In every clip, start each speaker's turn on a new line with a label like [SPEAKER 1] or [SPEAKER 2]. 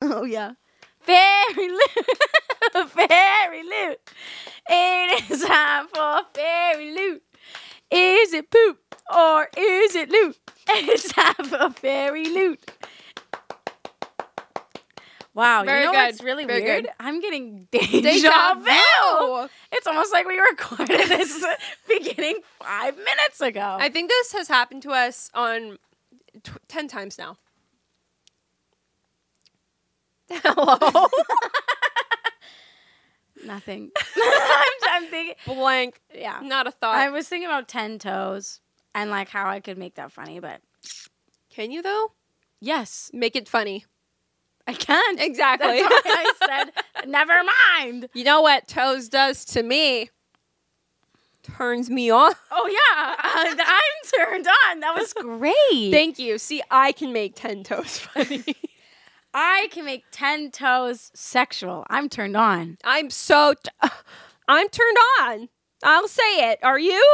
[SPEAKER 1] Oh yeah. Fairy loot. fairy loot. It is time for fairy loot. Is it poop or is it loot? It's time for fairy loot. Wow,
[SPEAKER 2] Very
[SPEAKER 1] you know
[SPEAKER 2] good.
[SPEAKER 1] what's really
[SPEAKER 2] Very
[SPEAKER 1] weird?
[SPEAKER 2] good.
[SPEAKER 1] I'm getting deja,
[SPEAKER 2] Deja
[SPEAKER 1] vu.
[SPEAKER 2] vu.
[SPEAKER 1] It's almost like we recorded this beginning five minutes ago.
[SPEAKER 2] I think this has happened to us on t- 10 times now. Hello?
[SPEAKER 1] Nothing. I'm, I'm thinking.
[SPEAKER 2] Blank.
[SPEAKER 1] Yeah.
[SPEAKER 2] Not a thought.
[SPEAKER 1] I was thinking about ten toes and like how I could make that funny, but
[SPEAKER 2] Can you, though?
[SPEAKER 1] yes,
[SPEAKER 2] Make it funny.
[SPEAKER 1] I can't.
[SPEAKER 2] Exactly.
[SPEAKER 1] That's why I said never mind.
[SPEAKER 2] You know what Toes does to me? Turns me on.
[SPEAKER 1] Oh yeah, uh, I'm turned on. That was great.
[SPEAKER 2] Thank you. See, I can make 10 toes funny.
[SPEAKER 1] I can make ten toes sexual. I'm turned on.
[SPEAKER 2] I'm so. T- I'm turned on. I'll say it. Are you?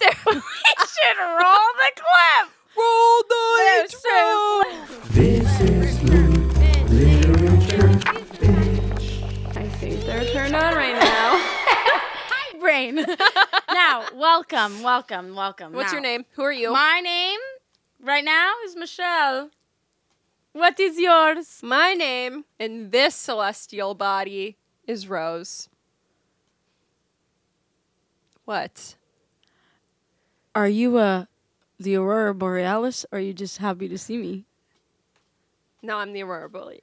[SPEAKER 1] we should roll the clip.
[SPEAKER 2] Roll the
[SPEAKER 1] That's so
[SPEAKER 3] This is Loot Literature Bitch.
[SPEAKER 2] I think they're turned on right now.
[SPEAKER 1] Hi, brain. now, welcome, welcome, welcome.
[SPEAKER 2] What's
[SPEAKER 1] Now,
[SPEAKER 2] your name? Who are you?
[SPEAKER 1] My name right now is Michelle. What is yours?
[SPEAKER 2] My name in this celestial body is Rose. What?
[SPEAKER 1] Are you uh the Aurora Borealis or are you just happy to see me?
[SPEAKER 2] No, I'm the Aurora Borealis.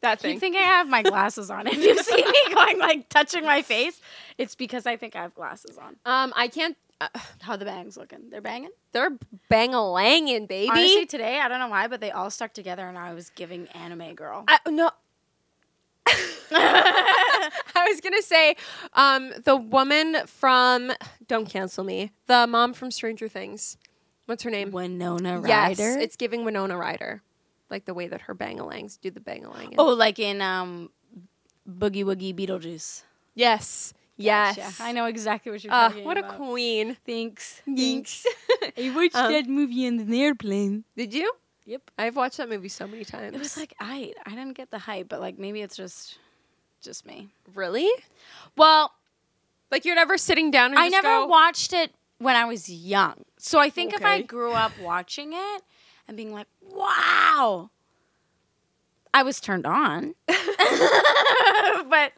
[SPEAKER 2] That
[SPEAKER 1] You
[SPEAKER 2] thing.
[SPEAKER 1] think I have my glasses on. If you see me going like touching my face, it's because I think I have glasses on.
[SPEAKER 2] um, I can't. Uh,
[SPEAKER 1] How the bangs looking? They're banging.
[SPEAKER 2] they're bang a langin', baby.
[SPEAKER 1] Honestly, today I don't know why, but they all stuck together, and I was giving anime girl.
[SPEAKER 2] I, no. I was gonna say, um, the woman from don't cancel me, the mom from Stranger Things. What's her name?
[SPEAKER 1] Winona
[SPEAKER 2] Yes,
[SPEAKER 1] Ryder.
[SPEAKER 2] it's giving Winona Ryder, like the way that her bangalangs do the bangalang.
[SPEAKER 1] oh, like in um, Boogie Woogie Beetlejuice.
[SPEAKER 2] yes, yes.
[SPEAKER 1] Gotcha. I know exactly Ah, what you're
[SPEAKER 2] Uh,
[SPEAKER 1] talking
[SPEAKER 2] what a
[SPEAKER 1] about.
[SPEAKER 2] queen.
[SPEAKER 1] Thanks.
[SPEAKER 2] Thanks.
[SPEAKER 1] I watched
[SPEAKER 2] Um,
[SPEAKER 1] that movie in an airplane.
[SPEAKER 2] Did you?
[SPEAKER 1] Yep.
[SPEAKER 2] I've watched that movie so many times.
[SPEAKER 1] It was like I I didn't get the hype, but like maybe it's just just me.
[SPEAKER 2] really
[SPEAKER 1] Well,
[SPEAKER 2] like you're never sitting down. and
[SPEAKER 1] I
[SPEAKER 2] just
[SPEAKER 1] never
[SPEAKER 2] go,
[SPEAKER 1] watched it when I was young. So I think if I
[SPEAKER 2] Okay.
[SPEAKER 1] grew up watching it and being like, "Wow." I was turned on. but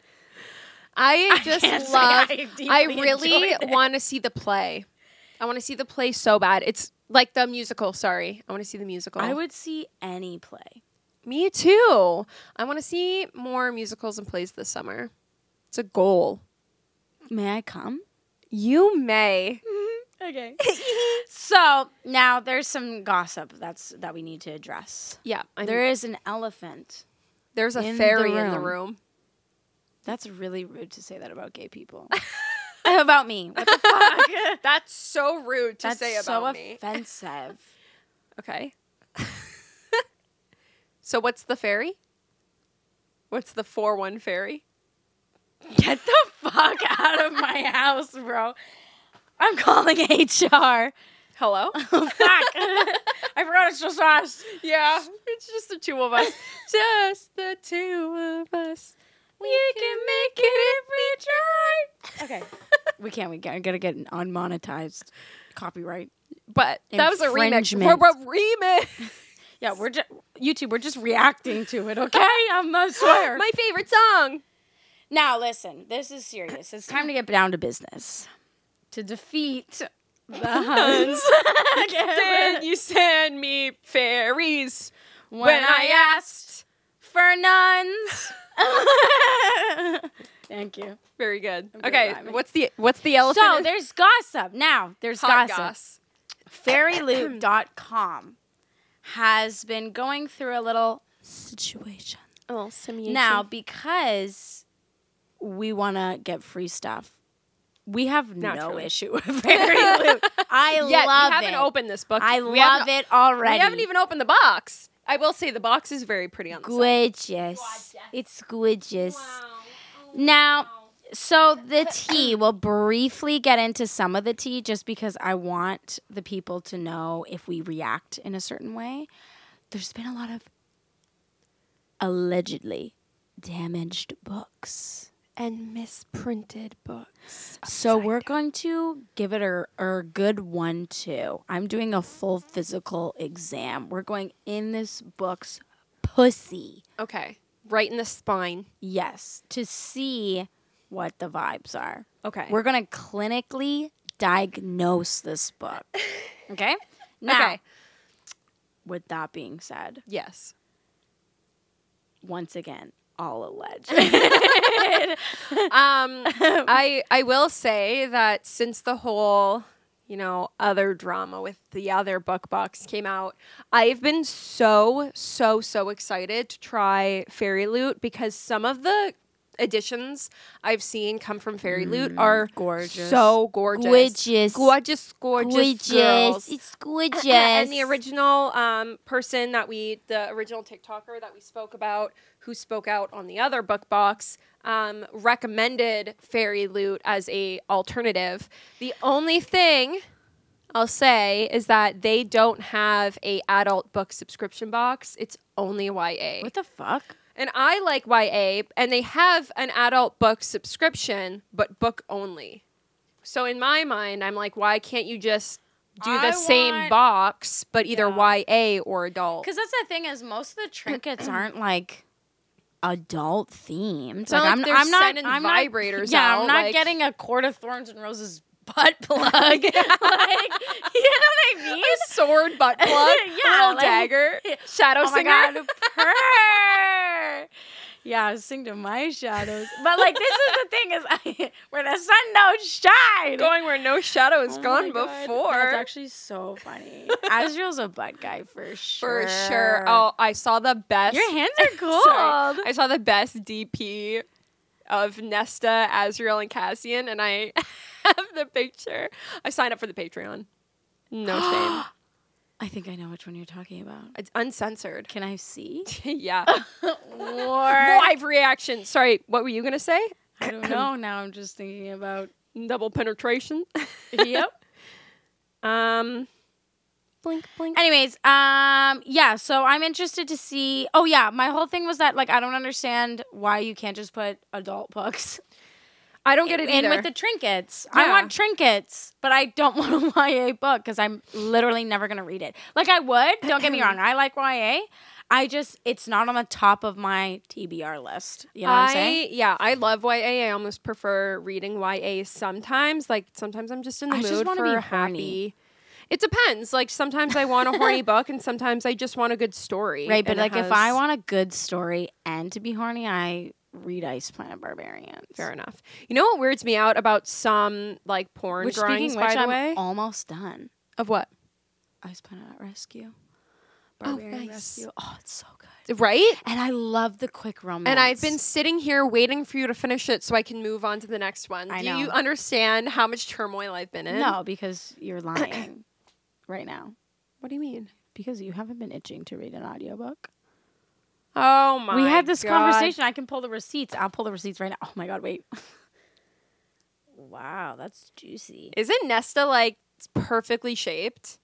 [SPEAKER 2] I
[SPEAKER 1] I
[SPEAKER 2] just
[SPEAKER 1] can't say
[SPEAKER 2] love.
[SPEAKER 1] I deeply
[SPEAKER 2] I really
[SPEAKER 1] enjoyed it.
[SPEAKER 2] want to see the play. I want to see the play so bad. It's like the musical. Sorry, I want to see the musical.
[SPEAKER 1] I would see any play.
[SPEAKER 2] Me too. I want to see more musicals and plays this summer. It's a goal.
[SPEAKER 1] May I come?
[SPEAKER 2] You may. Mm-hmm.
[SPEAKER 1] Okay. so, now there's some gossip that's that we need to address.
[SPEAKER 2] Yeah, I
[SPEAKER 1] There is an elephant.
[SPEAKER 2] there's a
[SPEAKER 1] in the
[SPEAKER 2] fairy in the
[SPEAKER 1] room.
[SPEAKER 2] room.
[SPEAKER 1] That's really rude to say that about gay people. about me. What the fuck?
[SPEAKER 2] That's so rude to
[SPEAKER 1] That's
[SPEAKER 2] say about
[SPEAKER 1] so
[SPEAKER 2] me.
[SPEAKER 1] offensive.
[SPEAKER 2] Okay. so what's the fairy? What's the four one fairy?
[SPEAKER 1] Get the fuck out of my house, bro. I'm calling HR.
[SPEAKER 2] Hello.
[SPEAKER 1] fuck. I forgot it's just us.
[SPEAKER 2] yeah, it's just the two of us. just the two of us. We can make it if we try.
[SPEAKER 1] Okay. We can't. We gotta, gotta get an unmonetized copyright.
[SPEAKER 2] But that was a remix.
[SPEAKER 1] Infringement.
[SPEAKER 2] We're a remix.
[SPEAKER 1] Yeah, we're just YouTube. We're just reacting to it. Okay, I'm not swear.
[SPEAKER 2] My favorite song.
[SPEAKER 1] Now, listen, this is serious. It's time to get down to business. To defeat the Huns.
[SPEAKER 2] Then you send me fairies
[SPEAKER 1] when,
[SPEAKER 2] when I asked.
[SPEAKER 1] for nuns. Thank you.
[SPEAKER 2] Very good.
[SPEAKER 1] good
[SPEAKER 2] Okay,
[SPEAKER 1] rhyming.
[SPEAKER 2] what's the what's the elephant?
[SPEAKER 1] So
[SPEAKER 2] in-
[SPEAKER 1] there's gossip. Now, there's
[SPEAKER 2] Hot
[SPEAKER 1] gossip.
[SPEAKER 2] goss.
[SPEAKER 1] Fairyloop.com has been going through a little situation.
[SPEAKER 2] Oh, simulation.
[SPEAKER 1] Now, because we want to get free stuff, we have no
[SPEAKER 2] Naturally.
[SPEAKER 1] issue with Fairyloop. I
[SPEAKER 2] Yet,
[SPEAKER 1] love
[SPEAKER 2] we haven't
[SPEAKER 1] it.
[SPEAKER 2] opened this book.
[SPEAKER 1] I
[SPEAKER 2] We
[SPEAKER 1] love
[SPEAKER 2] haven't-
[SPEAKER 1] it already.
[SPEAKER 2] We haven't even opened the box. I will say the box is very pretty on the side.
[SPEAKER 1] gorgeous. It's gorgeous. Now, so the tea, we'll briefly get into some of the tea just because I want the people to know if we react in a certain way. There's been a lot of allegedly damaged books.
[SPEAKER 2] and misprinted books.
[SPEAKER 1] So we're going to give it a, a good one too. I'm doing a full physical exam. We're going in this book's pussy.
[SPEAKER 2] Okay. Right in the spine.
[SPEAKER 1] Yes, to see what the vibes are.
[SPEAKER 2] Okay.
[SPEAKER 1] We're going to clinically diagnose this book. Okay? Now,
[SPEAKER 2] okay.
[SPEAKER 1] with that being said,
[SPEAKER 2] Yes.
[SPEAKER 1] once again, all alleged.
[SPEAKER 2] Um, I I will say that since the whole you know other drama with the other book box came out, I've been so so so excited to try Fairy Loot because some of the editions I've seen come from Fairy Loot are
[SPEAKER 1] gorgeous.
[SPEAKER 2] so gorgeous,
[SPEAKER 1] Gorgeous.
[SPEAKER 2] gorgeous, gorgeous, girls.
[SPEAKER 1] It's gorgeous.
[SPEAKER 2] And the original um, person that we, the original TikToker that we spoke about, who spoke out on the other book box, um, recommended Fairy Loot as a alternative. The only thing I'll say is that they don't have a adult book subscription box. It's only YA.
[SPEAKER 1] What the fuck?
[SPEAKER 2] And I like YA, and they have an adult book subscription, but book only. So in my mind, I'm like, why can't you just do the
[SPEAKER 1] I
[SPEAKER 2] same
[SPEAKER 1] want-
[SPEAKER 2] box, but either
[SPEAKER 1] Yeah.
[SPEAKER 2] YA or adult?
[SPEAKER 1] Because that's the thing is most of the trinkets aren't like adult themed.
[SPEAKER 2] not like
[SPEAKER 1] I'm,
[SPEAKER 2] they're
[SPEAKER 1] I'm not.
[SPEAKER 2] sending
[SPEAKER 1] I'm not-
[SPEAKER 2] vibrators
[SPEAKER 1] Yeah,
[SPEAKER 2] out,
[SPEAKER 1] I'm not
[SPEAKER 2] like-
[SPEAKER 1] getting a court of thorns and roses butt plug. like, you know what I mean?
[SPEAKER 2] Sword butt plug,
[SPEAKER 1] Yeah,
[SPEAKER 2] little
[SPEAKER 1] like-
[SPEAKER 2] dagger, shadow
[SPEAKER 1] oh my
[SPEAKER 2] singer.
[SPEAKER 1] god, purr. Yeah, I sing to my shadows. But like this is the thing is I, where the sun don't shine.
[SPEAKER 2] Going where no shadow has
[SPEAKER 1] Oh
[SPEAKER 2] gone
[SPEAKER 1] my God,
[SPEAKER 2] before.
[SPEAKER 1] That's actually so funny. Azriel's a butt guy for sure.
[SPEAKER 2] for sure. Oh, I saw the best.
[SPEAKER 1] your hands are cold.
[SPEAKER 2] Sorry. I saw the best DP of Nesta, Azriel, and Cassian, and I have the picture. I signed up for the Patreon. No shame.
[SPEAKER 1] I think I know which one you're talking about.
[SPEAKER 2] It's uncensored.
[SPEAKER 1] Can I see?
[SPEAKER 2] yeah.
[SPEAKER 1] War.
[SPEAKER 2] Live reaction. Sorry, what were you going to say?
[SPEAKER 1] I don't know. Now I'm just thinking about.
[SPEAKER 2] Double penetration.
[SPEAKER 1] Yep.
[SPEAKER 2] um, blink, blink.
[SPEAKER 1] Anyways, um, yeah. So I'm interested to see. Oh yeah, my whole thing was that like I don't understand why you can't just put adult books
[SPEAKER 2] I don't get it
[SPEAKER 1] in
[SPEAKER 2] either.
[SPEAKER 1] with the trinkets.
[SPEAKER 2] Yeah.
[SPEAKER 1] I want trinkets, but I don't want a YA book because I'm literally never gonna read it. Like I would. Don't get me wrong. I like YA. I just it's not on the top of my TBR list. You know what I'm saying?
[SPEAKER 2] I yeah, I love YA. I almost prefer reading YA sometimes. Like sometimes I'm just in the
[SPEAKER 1] I just
[SPEAKER 2] mood
[SPEAKER 1] wanna
[SPEAKER 2] for
[SPEAKER 1] be
[SPEAKER 2] a
[SPEAKER 1] horny.
[SPEAKER 2] happy. It depends. Like sometimes I want a horny book, and sometimes I just want a good story.
[SPEAKER 1] Right, but
[SPEAKER 2] and it
[SPEAKER 1] like if I
[SPEAKER 2] has-
[SPEAKER 1] want a good story and to be horny, I read Ice Planet Barbarians.
[SPEAKER 2] fair enough. You know what weirds me out about some like porn
[SPEAKER 1] Which
[SPEAKER 2] drawings,
[SPEAKER 1] speaking of which,
[SPEAKER 2] by the
[SPEAKER 1] I'm
[SPEAKER 2] way,
[SPEAKER 1] almost done.
[SPEAKER 2] of what?
[SPEAKER 1] Ice Planet at Rescue. Barbarian
[SPEAKER 2] nice.
[SPEAKER 1] Rescue. Oh, it's so good.
[SPEAKER 2] Right.
[SPEAKER 1] And I love the quick romance.
[SPEAKER 2] And I've been sitting here waiting for you to finish it so I can move on to the next one.
[SPEAKER 1] I
[SPEAKER 2] Do
[SPEAKER 1] know.
[SPEAKER 2] you understand how much turmoil I've been in?
[SPEAKER 1] No, because you're lying right now.
[SPEAKER 2] What do you mean?
[SPEAKER 1] Because you haven't been itching to read an audiobook.
[SPEAKER 2] Oh my!
[SPEAKER 1] we had this
[SPEAKER 2] God.
[SPEAKER 1] conversation. I can pull the receipts. I'll pull the receipts right now. Oh my god, wait. wow, that's juicy.
[SPEAKER 2] Isn't Nesta like perfectly shaped?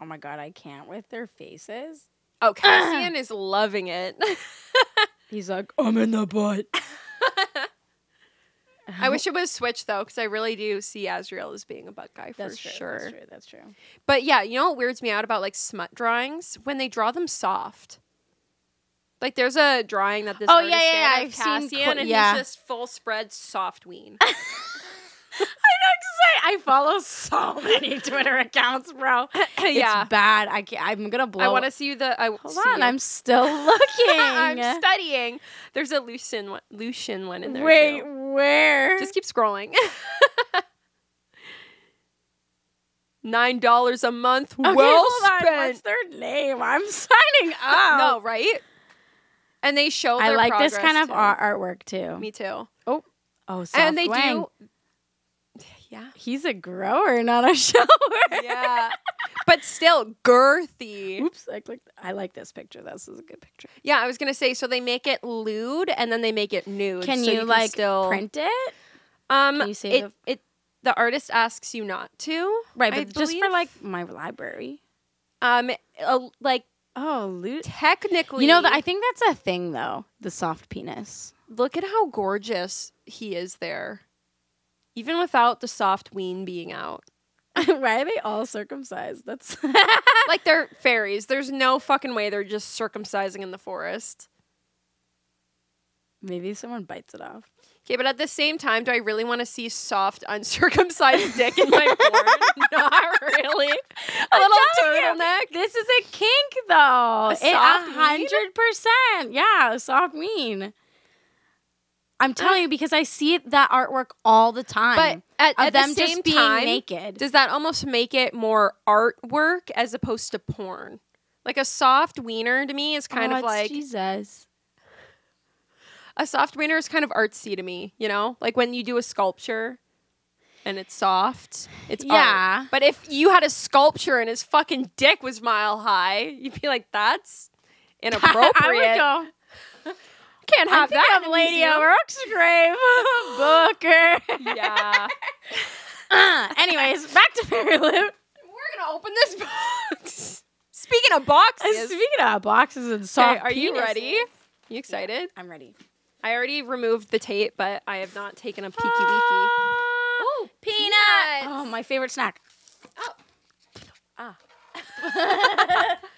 [SPEAKER 1] Oh my god, I can't with their faces.
[SPEAKER 2] Oh, Cassian is loving it.
[SPEAKER 1] He's like, I'm in the butt.
[SPEAKER 2] I wish it was switched though, because I really do see Azrael as being a butt guy for
[SPEAKER 1] That's true.
[SPEAKER 2] sure.
[SPEAKER 1] That's true. That's true.
[SPEAKER 2] But yeah, you know what weirds me out about like smut drawings when they draw them soft. Like there's a drawing that this
[SPEAKER 1] Oh,
[SPEAKER 2] artist
[SPEAKER 1] yeah, yeah,
[SPEAKER 2] did
[SPEAKER 1] yeah,
[SPEAKER 2] of
[SPEAKER 1] I've seen
[SPEAKER 2] Cassian,
[SPEAKER 1] qu-
[SPEAKER 2] and
[SPEAKER 1] yeah.
[SPEAKER 2] he's just full spread soft ween.
[SPEAKER 1] I know. Just I, I follow so many Twitter accounts, bro.
[SPEAKER 2] yeah,
[SPEAKER 1] It's bad. I can't, I'm gonna blow.
[SPEAKER 2] I want to see the. I
[SPEAKER 1] Hold
[SPEAKER 2] see
[SPEAKER 1] on.
[SPEAKER 2] you.
[SPEAKER 1] I'm still looking.
[SPEAKER 2] I'm studying. There's a Lucian one, Lucian one in there.
[SPEAKER 1] Wait,
[SPEAKER 2] too.
[SPEAKER 1] where?
[SPEAKER 2] just keep scrolling. Nine dollars a month,
[SPEAKER 1] okay,
[SPEAKER 2] well
[SPEAKER 1] hold on.
[SPEAKER 2] spent.
[SPEAKER 1] What's their name? I'm signing up.
[SPEAKER 2] No, right? And they show.
[SPEAKER 1] I
[SPEAKER 2] their
[SPEAKER 1] like this kind
[SPEAKER 2] progress,
[SPEAKER 1] of art- artwork too.
[SPEAKER 2] too. Me too.
[SPEAKER 1] oh, South
[SPEAKER 2] and they
[SPEAKER 1] Wang.
[SPEAKER 2] do. Yeah.
[SPEAKER 1] He's a grower, not a shower.
[SPEAKER 2] Yeah. but still girthy.
[SPEAKER 1] Oops, I clicked. I like this picture. This is a good picture.
[SPEAKER 2] Yeah, I was gonna say. So they make it lewd, and then they make it nude.
[SPEAKER 1] Can
[SPEAKER 2] so
[SPEAKER 1] you, like
[SPEAKER 2] still
[SPEAKER 1] print it?
[SPEAKER 2] Um,
[SPEAKER 1] can you save
[SPEAKER 2] it,
[SPEAKER 1] the-
[SPEAKER 2] it. The artist asks you not to.
[SPEAKER 1] Right,
[SPEAKER 2] I
[SPEAKER 1] but just for
[SPEAKER 2] believe.
[SPEAKER 1] like my library.
[SPEAKER 2] um, a, like
[SPEAKER 1] Oh, loot.
[SPEAKER 2] Technically,
[SPEAKER 1] You know, th- I think that's a thing though. The soft penis.
[SPEAKER 2] look at how gorgeous he is there, even without the soft ween being out.
[SPEAKER 1] Why are they all circumcised? That's
[SPEAKER 2] like they're fairies. There's no fucking way they're just circumcising in the forest.
[SPEAKER 1] maybe someone bites it off.
[SPEAKER 2] Okay, but at the same time, do I really want to see soft, uncircumcised dick in my porn? Not really. A
[SPEAKER 1] I'm
[SPEAKER 2] little
[SPEAKER 1] telling you,
[SPEAKER 2] turtleneck.
[SPEAKER 1] This is a kink though.
[SPEAKER 2] A
[SPEAKER 1] It-
[SPEAKER 2] soft
[SPEAKER 1] A
[SPEAKER 2] ween?
[SPEAKER 1] hundred percent. Yeah, a soft mean. I'm
[SPEAKER 2] Uh,
[SPEAKER 1] telling you because I see it, that artwork all the
[SPEAKER 2] But
[SPEAKER 1] time.
[SPEAKER 2] at,
[SPEAKER 1] of
[SPEAKER 2] at
[SPEAKER 1] them
[SPEAKER 2] the same
[SPEAKER 1] just being
[SPEAKER 2] time,
[SPEAKER 1] naked.
[SPEAKER 2] does that almost make it more artwork as opposed to porn? Like a soft wiener to me is kind
[SPEAKER 1] Oh,
[SPEAKER 2] of
[SPEAKER 1] it's
[SPEAKER 2] like
[SPEAKER 1] Jesus.
[SPEAKER 2] a soft wiener is kind of artsy to me. You know, like when you do a sculpture and it's soft, it's
[SPEAKER 1] Yeah.
[SPEAKER 2] Art. But if you had a sculpture and his fucking dick was mile high, you'd be like, that's inappropriate.
[SPEAKER 1] I would go.
[SPEAKER 2] Can't
[SPEAKER 1] I
[SPEAKER 2] have
[SPEAKER 1] think
[SPEAKER 2] that,
[SPEAKER 1] I'm
[SPEAKER 2] in a
[SPEAKER 1] Lady
[SPEAKER 2] museum.
[SPEAKER 1] O'Rourke's grave. Booker.
[SPEAKER 2] Yeah,
[SPEAKER 1] Anyways, back to Fairy Loot.
[SPEAKER 2] we're gonna open this box. Speaking of boxes,
[SPEAKER 1] Speaking of boxes and soft
[SPEAKER 2] okay, are you
[SPEAKER 1] penises-
[SPEAKER 2] ready? You excited?
[SPEAKER 1] I'm ready.
[SPEAKER 2] I already removed the tape, but I have not taken a peeky weeky.
[SPEAKER 1] Oh,
[SPEAKER 2] Ah. peanuts.
[SPEAKER 1] Oh, my favorite snack. Oh. Ah.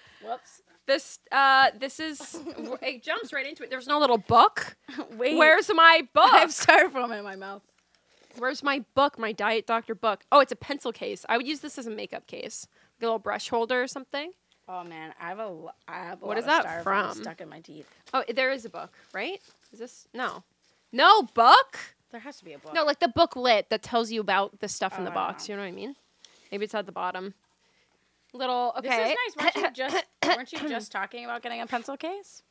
[SPEAKER 2] This uh, this is it jumps right into it. There's no little book.
[SPEAKER 1] Wait.
[SPEAKER 2] Where's my book?
[SPEAKER 1] I have styrofoam in my mouth.
[SPEAKER 2] Where's my book? My diet doctor book. Oh, it's a pencil case. I would use this as a makeup case, like a little brush holder or something.
[SPEAKER 1] Oh man, I have a lo- I have a lot
[SPEAKER 2] What is
[SPEAKER 1] of
[SPEAKER 2] that
[SPEAKER 1] styrofoam
[SPEAKER 2] from?
[SPEAKER 1] stuck in my teeth.
[SPEAKER 2] Oh, there is a book, right? Is this no, no book?
[SPEAKER 1] There has to be a book.
[SPEAKER 2] No, like the booklet that tells you about the stuff in the
[SPEAKER 1] Oh, I don't
[SPEAKER 2] box.
[SPEAKER 1] know.
[SPEAKER 2] You know what I mean? Maybe it's at the bottom. Little okay.
[SPEAKER 1] This is nice. Weren't you just weren't you just talking about getting a pencil case?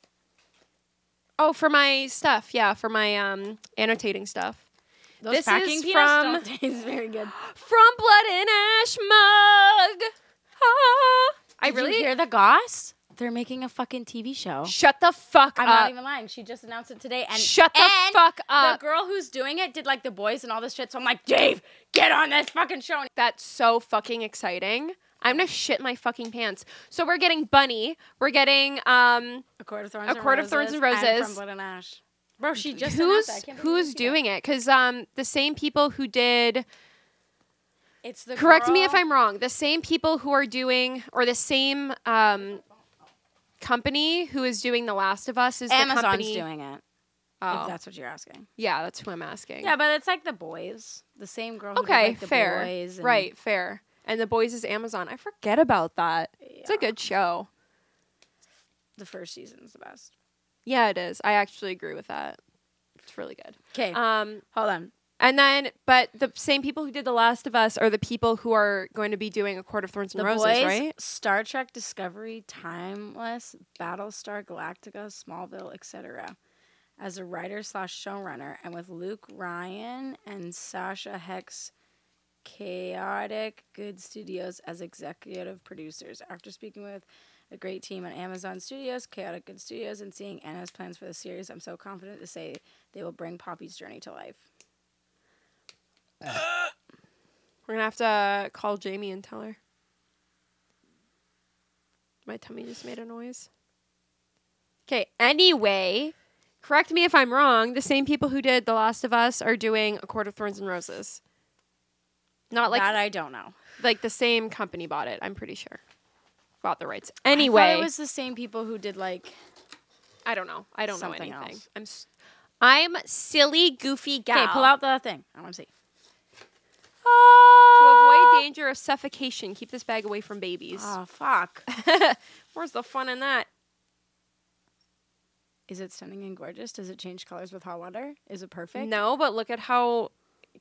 [SPEAKER 2] Oh, for my stuff, yeah, for my um annotating stuff.
[SPEAKER 1] Those
[SPEAKER 2] This
[SPEAKER 1] packing
[SPEAKER 2] is
[SPEAKER 1] peanuts
[SPEAKER 2] from-
[SPEAKER 1] don't taste very good.
[SPEAKER 2] From Blood and Ash mug. Ah. I
[SPEAKER 1] Did you
[SPEAKER 2] really
[SPEAKER 1] hear the goss? They're making a fucking TV show.
[SPEAKER 2] shut the fuck
[SPEAKER 1] I'm
[SPEAKER 2] up.
[SPEAKER 1] not even lying. She just announced it today, and
[SPEAKER 2] Uh, shut the
[SPEAKER 1] and
[SPEAKER 2] fuck
[SPEAKER 1] The
[SPEAKER 2] up.
[SPEAKER 1] girl who's doing it did like the boys and all this shit. So I'm like, Dave, get on this fucking show. And
[SPEAKER 2] That's so fucking exciting. I'm gonna shit my fucking pants. So we're getting Bunny. We're getting um.
[SPEAKER 1] A Court of Thorns.
[SPEAKER 2] A
[SPEAKER 1] and
[SPEAKER 2] Court of Thorns and
[SPEAKER 1] and
[SPEAKER 2] Roses.
[SPEAKER 1] From Blood and Ash. Bro, she just announced
[SPEAKER 2] who's
[SPEAKER 1] it. I can't believe I
[SPEAKER 2] who's
[SPEAKER 1] didn't see
[SPEAKER 2] doing it? Because um, the same people who did.
[SPEAKER 1] that. It's the
[SPEAKER 2] Correct me if
[SPEAKER 1] girl-
[SPEAKER 2] I'm wrong. The same people who are doing, or the same um, company who is doing The Last of Us is
[SPEAKER 1] Amazon's
[SPEAKER 2] the company.
[SPEAKER 1] doing it. If
[SPEAKER 2] Oh,
[SPEAKER 1] that's what you're asking.
[SPEAKER 2] yeah, that's who I'm asking.
[SPEAKER 1] Yeah, but it's like the boys, the same girl. Who did,
[SPEAKER 2] okay,
[SPEAKER 1] like, the
[SPEAKER 2] fair.
[SPEAKER 1] Boys and-
[SPEAKER 2] Right, fair. And The Boys is Amazon. I forget about that. It's a
[SPEAKER 1] Yeah.
[SPEAKER 2] good show.
[SPEAKER 1] The first season's the best.
[SPEAKER 2] Yeah, it is. I actually agree with that. It's really good.
[SPEAKER 1] Okay,
[SPEAKER 2] Um,
[SPEAKER 1] hold on.
[SPEAKER 2] and then, but the same people who did The Last of Us are the people who are going to be doing A Court of Thorns and
[SPEAKER 1] The
[SPEAKER 2] Roses,
[SPEAKER 1] boys,
[SPEAKER 2] right?
[SPEAKER 1] Star Trek Discovery, Timeless, Battlestar Galactica, Smallville, etc. As a writer slash showrunner, and with Luke Ryan and Sasha Hex, Chaotic Good Studios as executive producers. After speaking with a great team at Amazon Studios, Chaotic Good Studios, and seeing Anna's plans for the series, I'm so confident to say they will bring Poppy's journey to life.
[SPEAKER 2] We're gonna have to uh, call Jamie and tell her. My tummy just made a noise. Okay, anyway, correct me if I'm wrong, the same people who did The Last of Us are doing A Court of Thorns and Roses. Not like
[SPEAKER 1] that uh, I don't know.
[SPEAKER 2] like the same company bought it, I'm pretty sure. Bought the rights.
[SPEAKER 1] I thought
[SPEAKER 2] Anyway, I,
[SPEAKER 1] it was the same people who did like
[SPEAKER 2] don't know. I don't know
[SPEAKER 1] Something
[SPEAKER 2] anything.
[SPEAKER 1] else.
[SPEAKER 2] I'm s- I'm silly goofy gal.
[SPEAKER 1] Okay, pull out the thing. I want to see.
[SPEAKER 2] to
[SPEAKER 1] Ah!
[SPEAKER 2] avoid danger of suffocation. Keep this bag away from babies.
[SPEAKER 1] Oh fuck!
[SPEAKER 2] Where's the fun in that?
[SPEAKER 1] Is it stunning and gorgeous? Does it change colors with hot water? Is it perfect?
[SPEAKER 2] No, but look at how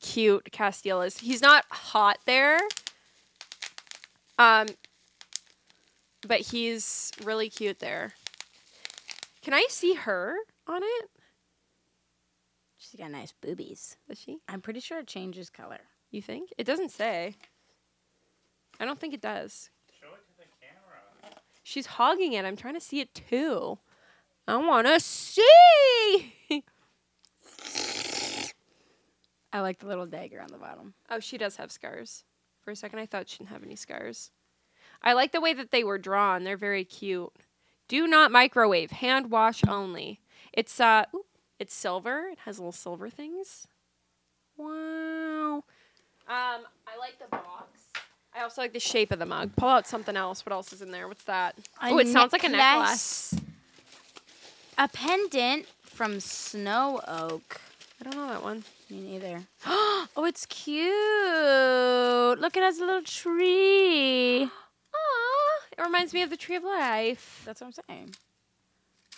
[SPEAKER 2] cute Castiel is. He's not hot there. Um but he's really cute there. Can I see her on it?
[SPEAKER 1] She's got nice boobies.
[SPEAKER 2] Is she?
[SPEAKER 1] I'm pretty sure it changes color.
[SPEAKER 2] You think? It doesn't say. I don't think it does.
[SPEAKER 4] Show it to the camera.
[SPEAKER 2] She's hogging it. I'm trying to see it too. I want to see.
[SPEAKER 1] I like the little dagger on the bottom.
[SPEAKER 2] Oh, she does have scars. For a second, I thought she didn't have any scars. I like the way that they were drawn. They're very cute. Do not microwave. Hand wash only. It's uh, oop, it's silver. It has little silver things. Wow. Um, I like the box. I also like the shape of the mug. Pull out something else. What else is in there? What's that?
[SPEAKER 1] A
[SPEAKER 2] oh, it sounds like a
[SPEAKER 1] necklace.
[SPEAKER 2] necklace.
[SPEAKER 1] A pendant from Snow Oak.
[SPEAKER 2] I don't know that one.
[SPEAKER 1] Me neither. oh, it's cute. Look, it has a little tree.
[SPEAKER 2] Aw, it reminds me of the Tree of Life.
[SPEAKER 1] That's what I'm saying.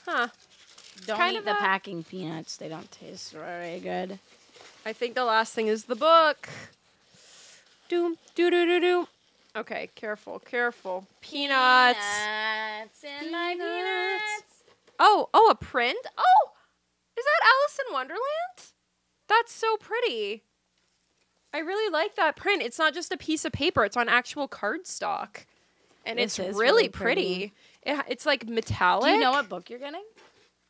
[SPEAKER 2] Huh.
[SPEAKER 1] Don't
[SPEAKER 2] Kind
[SPEAKER 1] eat
[SPEAKER 2] of
[SPEAKER 1] the
[SPEAKER 2] a-
[SPEAKER 1] packing peanuts. They don't taste very good.
[SPEAKER 2] I think the last thing is the book. Doom, doo doo doo doo. Okay, careful, careful. Peanuts.
[SPEAKER 1] Peanuts in my
[SPEAKER 2] Peanuts. Oh, oh, a print? Oh, is that Alice in Wonderland? That's so pretty. I really like that print. It's not just a piece of paper, it's on actual cardstock. And
[SPEAKER 1] This
[SPEAKER 2] it's
[SPEAKER 1] is
[SPEAKER 2] really,
[SPEAKER 1] really
[SPEAKER 2] pretty.
[SPEAKER 1] pretty.
[SPEAKER 2] It, it's like metallic.
[SPEAKER 1] Do you know what book you're getting?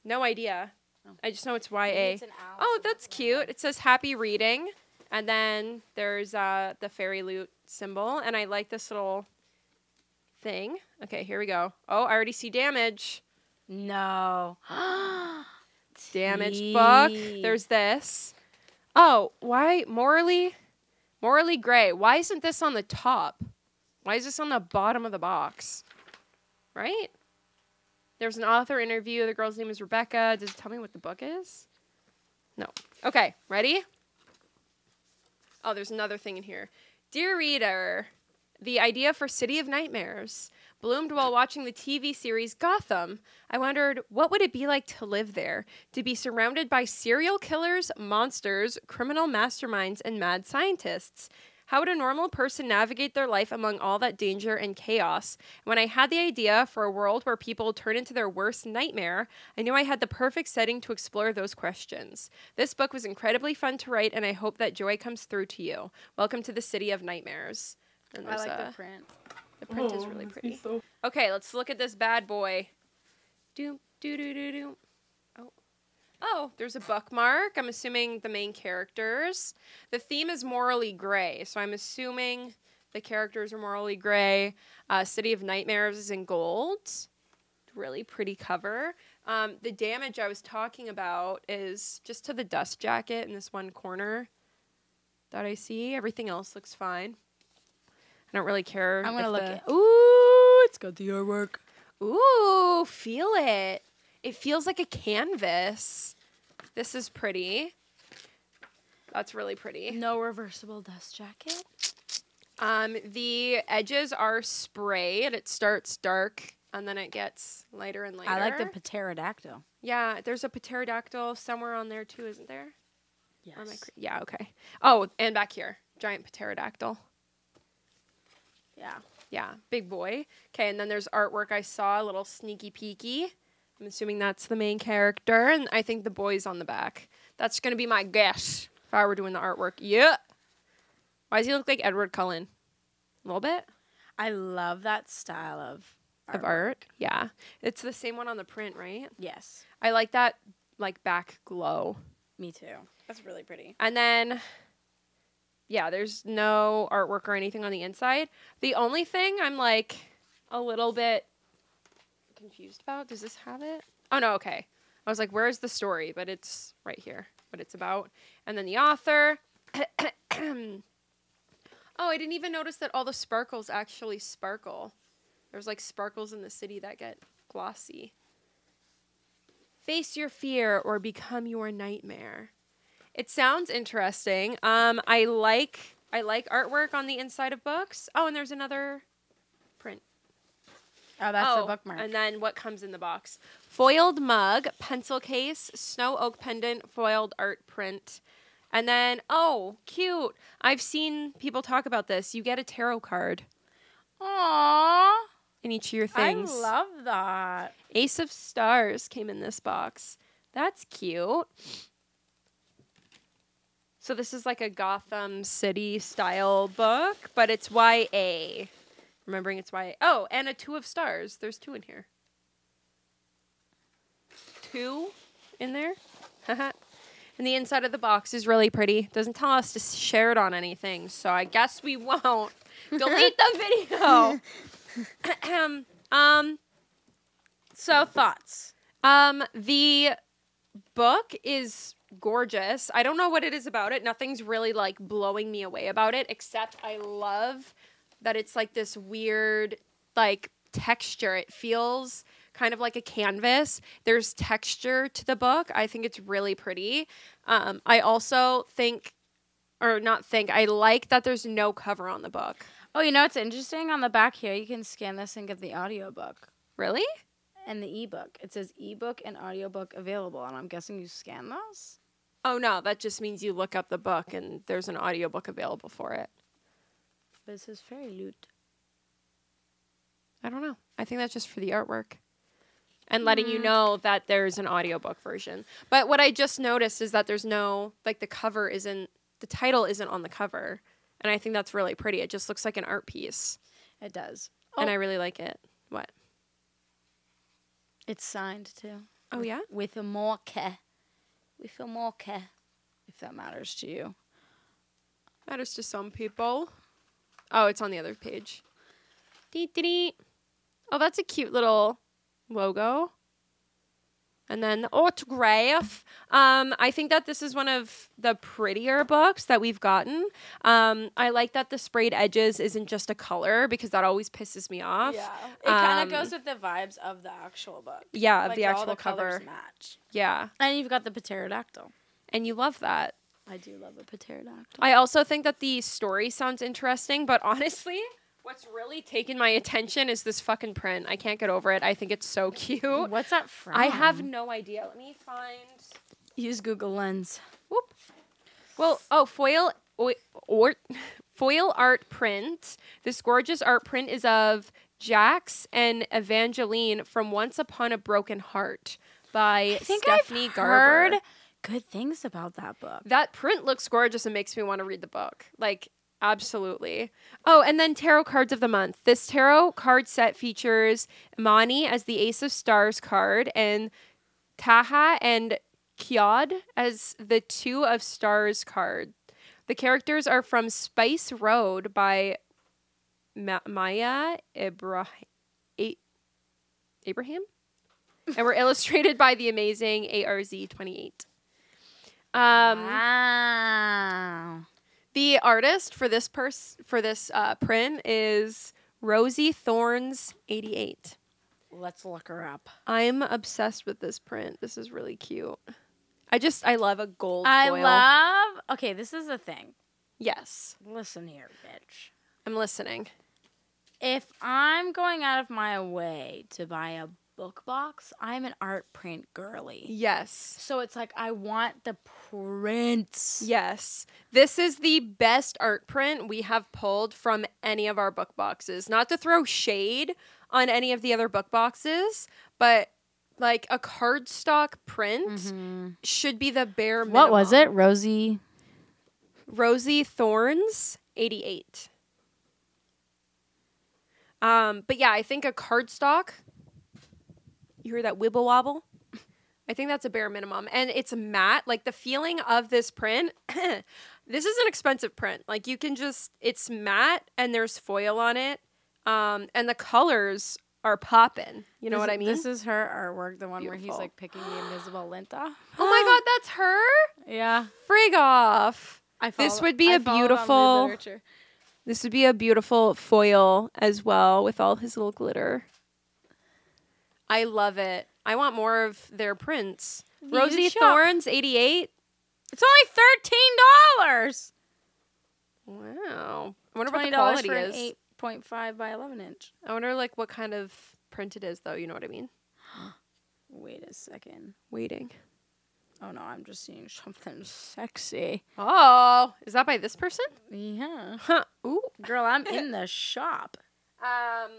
[SPEAKER 2] No idea.
[SPEAKER 1] Oh.
[SPEAKER 2] I just know it's YA.
[SPEAKER 1] Maybe it's an Alice
[SPEAKER 2] Oh,
[SPEAKER 1] in
[SPEAKER 2] that's
[SPEAKER 1] Wonderland.
[SPEAKER 2] cute. It says happy reading. And then there's uh, the fairy loot symbol. And I like this little thing. Okay, here we go. Oh, I already see damage.
[SPEAKER 1] No.
[SPEAKER 2] Damage book.
[SPEAKER 1] Tea.
[SPEAKER 2] There's this. Oh, why? Morally? Morally gray. Why isn't this on the top? Why is this on the bottom of the box? Right? There's an author interview. The girl's name is Rebecca. Does it tell me what the book is? No. Okay, ready? Oh, there's another thing in here. Dear reader, the idea for City of Nightmares bloomed while watching the TV series Gotham. I wondered what would it be like to live there, to be surrounded by serial killers, monsters, criminal masterminds, and mad scientists. How would a normal person navigate their life among all that danger and chaos? When I had the idea for a world where people turn into their worst nightmare, I knew I had the perfect setting to explore those questions. This book was incredibly fun to write, and I hope that joy comes through to you. Welcome to the City of Nightmares. And
[SPEAKER 1] I
[SPEAKER 2] there's
[SPEAKER 1] like
[SPEAKER 2] a-
[SPEAKER 1] the print.
[SPEAKER 2] the print is really pretty. Okay, let's look at this bad boy. Doom, doo doo doo doo. Oh. Oh, there's a bookmark. I'm assuming the main characters. The theme is morally gray, so I'm assuming the characters are morally gray. Uh, City of Nightmares is in gold. Really pretty cover. Um, the damage I was talking about is just to the dust jacket in this one corner that I see. Everything else looks fine. I don't really care.
[SPEAKER 1] I'm
[SPEAKER 2] if
[SPEAKER 1] gonna look
[SPEAKER 2] the-
[SPEAKER 1] at. Ooh, it's got the artwork.
[SPEAKER 2] Ooh, feel it. It feels like a canvas. This is pretty. That's really pretty.
[SPEAKER 1] No reversible dust jacket.
[SPEAKER 2] Um, the edges are sprayed. It starts dark and then it gets lighter and lighter.
[SPEAKER 1] I like the pterodactyl.
[SPEAKER 2] yeah. There's a pterodactyl somewhere on there too, isn't there?
[SPEAKER 1] Yes.
[SPEAKER 2] Or am I cra- yeah. Okay. Oh, and back here, giant pterodactyl.
[SPEAKER 1] yeah.
[SPEAKER 2] Yeah, big boy. Okay, and then there's artwork I saw, a little sneaky peeky. I'm assuming that's the main character, and I think the boy's on the back. That's gonna be my guess if I were doing the artwork. Yeah. Why does he look like Edward Cullen? A little bit
[SPEAKER 1] I love that style of
[SPEAKER 2] of art. Yeah, it's the same one on the print, right?
[SPEAKER 1] Yes.
[SPEAKER 2] I like that like back glow.
[SPEAKER 1] Me too. That's really pretty.
[SPEAKER 2] And then, yeah, there's no artwork or anything on the inside. The only thing I'm like a little bit confused about does this have it? Oh, no, okay. I was like, where's the story? But it's right here, what it's about. And then the author. oh, I didn't even notice that all the sparkles actually sparkle. There's like sparkles in the city that get glossy. Face your fear or become your nightmare. It sounds interesting. Um, I like I like artwork on the inside of books. Oh, and there's another print.
[SPEAKER 1] Oh, that's
[SPEAKER 2] oh,
[SPEAKER 1] the bookmark.
[SPEAKER 2] And then what comes in the box? Foiled mug, pencil case, snow oak pendant, foiled art print. And then, oh, cute. I've seen people talk about this. You get a tarot card
[SPEAKER 1] Aww.
[SPEAKER 2] in each of your things.
[SPEAKER 1] I love that.
[SPEAKER 2] Ace of Stars came in this box. That's cute. So this is like a Gotham City style book, but it's YA. Remembering it's YA. Oh, and a Two of Stars. There's two in here. Two in there. and the inside of the box is really pretty. Doesn't tell us to share it on anything, so I guess we won't. Delete the video. Ahem. um
[SPEAKER 1] So thoughts.
[SPEAKER 2] Um, the book is gorgeous. I don't know what it is about it. Nothing's really like blowing me away about it, except I love that it's like this weird like texture. It feels kind of like a canvas. There's texture to the book. I think it's really pretty. Um, I also think or not think I like that there's no cover on the book.
[SPEAKER 1] Oh, you know what's interesting? On the back here, you can scan this and get the audiobook
[SPEAKER 2] Really?
[SPEAKER 1] and the ebook. It says ebook and audiobook available, and I'm guessing you scan those?
[SPEAKER 2] Oh no, that just means you look up the book and there's an audiobook available for it.
[SPEAKER 1] But it says fairy loot.
[SPEAKER 2] I don't know. I think that's just for the artwork and letting you know that there's an audiobook version. But what I just noticed is that there's no like the cover isn't the title isn't on the cover, and I think that's really pretty. It just looks like an art piece,
[SPEAKER 1] It does.
[SPEAKER 2] and
[SPEAKER 1] Oh.
[SPEAKER 2] I really like it. What?
[SPEAKER 1] It's signed too.
[SPEAKER 2] Oh yeah.
[SPEAKER 1] With a marker. With a marker. If that matters to you.
[SPEAKER 2] Matters to some people. Oh, it's on the other page. Dee dee dee. Oh, that's a cute little logo. And then the autograph. Um, I think that this is one of the prettier books that we've gotten. Um, I like that the sprayed edges isn't just a color because that always pisses me off.
[SPEAKER 1] It kind
[SPEAKER 2] Um,
[SPEAKER 1] of goes with the vibes of the actual book.
[SPEAKER 2] Yeah, of
[SPEAKER 1] Like,
[SPEAKER 2] the
[SPEAKER 1] all
[SPEAKER 2] actual
[SPEAKER 1] colors
[SPEAKER 2] cover.
[SPEAKER 1] match.
[SPEAKER 2] Yeah,
[SPEAKER 1] And you've got the pterodactyl.
[SPEAKER 2] and you love that.
[SPEAKER 1] I do love a pterodactyl.
[SPEAKER 2] I also think that the story sounds interesting, but honestly, what's really taken my attention is this fucking print. I can't get over it. I think it's so cute.
[SPEAKER 1] Oh, What's that from?
[SPEAKER 2] I have no idea. Let me find.
[SPEAKER 1] use Google Lens.
[SPEAKER 2] Whoop. Well, oh, foil oi- or foil art print. This gorgeous art print is of Jax and Evangeline from Once Upon a Broken Heart
[SPEAKER 1] I
[SPEAKER 2] by
[SPEAKER 1] think
[SPEAKER 2] Stephanie
[SPEAKER 1] I've
[SPEAKER 2] Garber.
[SPEAKER 1] heard good things about that book.
[SPEAKER 2] that print looks gorgeous and makes me want to read the book. Like, absolutely. Oh, and then tarot cards of the month. This tarot card set features Imani as the Ace of Stars card and Taha and Kyod as the Two of Stars card. The characters are from Spice Road by Ma- Maya Ibrahim. Abraham? and were illustrated by the amazing ARZ28. Um,
[SPEAKER 1] wow.
[SPEAKER 2] the artist for this pers- for this uh, print is Rosie Thorns eighty eight.
[SPEAKER 1] Let's look her up.
[SPEAKER 2] I'm obsessed with this print. This is really cute. I just I love a gold.
[SPEAKER 1] I
[SPEAKER 2] foil.
[SPEAKER 1] love. Okay, this is the thing.
[SPEAKER 2] Yes,
[SPEAKER 1] Listen here, bitch.
[SPEAKER 2] I'm listening.
[SPEAKER 1] If I'm going out of my way to buy a book box, I'm an art print girly.
[SPEAKER 2] Yes,
[SPEAKER 1] So it's like I want the prints.
[SPEAKER 2] yes. This is the best art print we have pulled from any of our book boxes. Not to throw shade on any of the other book boxes, but like a cardstock print
[SPEAKER 1] Mhm.
[SPEAKER 2] should be the bare minimum.
[SPEAKER 1] What was it, Rosie?
[SPEAKER 2] Rosie Thorns, 88. Um, but yeah, I think a cardstock. You hear that wibble wobble? I think that's a bare minimum. And it's matte. Like the feeling of this print, this is an expensive print. Like you can just, it's matte and there's foil on it. Um, and the colors are popping. You know
[SPEAKER 1] This-
[SPEAKER 2] what I mean?
[SPEAKER 1] This is her artwork, the one where he's
[SPEAKER 2] Beautiful.
[SPEAKER 1] like picking the invisible lint off.
[SPEAKER 2] oh my God, that's her?
[SPEAKER 1] Yeah.
[SPEAKER 2] Frig off.
[SPEAKER 1] I
[SPEAKER 2] This
[SPEAKER 1] follow-
[SPEAKER 2] would be
[SPEAKER 1] I
[SPEAKER 2] a
[SPEAKER 1] follow on
[SPEAKER 2] beautiful-
[SPEAKER 1] literature.
[SPEAKER 2] This would be a beautiful foil as well with all his little glitter. I love it. I want more of their prints.
[SPEAKER 1] Need to
[SPEAKER 2] Rosie
[SPEAKER 1] shop.
[SPEAKER 2] Thorns, 88.
[SPEAKER 1] It's only thirteen dollars.
[SPEAKER 2] Wow. I wonder what
[SPEAKER 1] Twenty
[SPEAKER 2] the
[SPEAKER 1] dollars
[SPEAKER 2] quality
[SPEAKER 1] for an
[SPEAKER 2] is.
[SPEAKER 1] eight point five by eleven inch.
[SPEAKER 2] I wonder like what kind of print it is though, you know what I mean?
[SPEAKER 1] Wait a second.
[SPEAKER 2] Waiting.
[SPEAKER 1] Oh no, I'm just seeing something sexy.
[SPEAKER 2] Oh, is that by this person?
[SPEAKER 1] Yeah.
[SPEAKER 2] Huh. Ooh.
[SPEAKER 1] Girl, I'm in the shop.
[SPEAKER 2] Um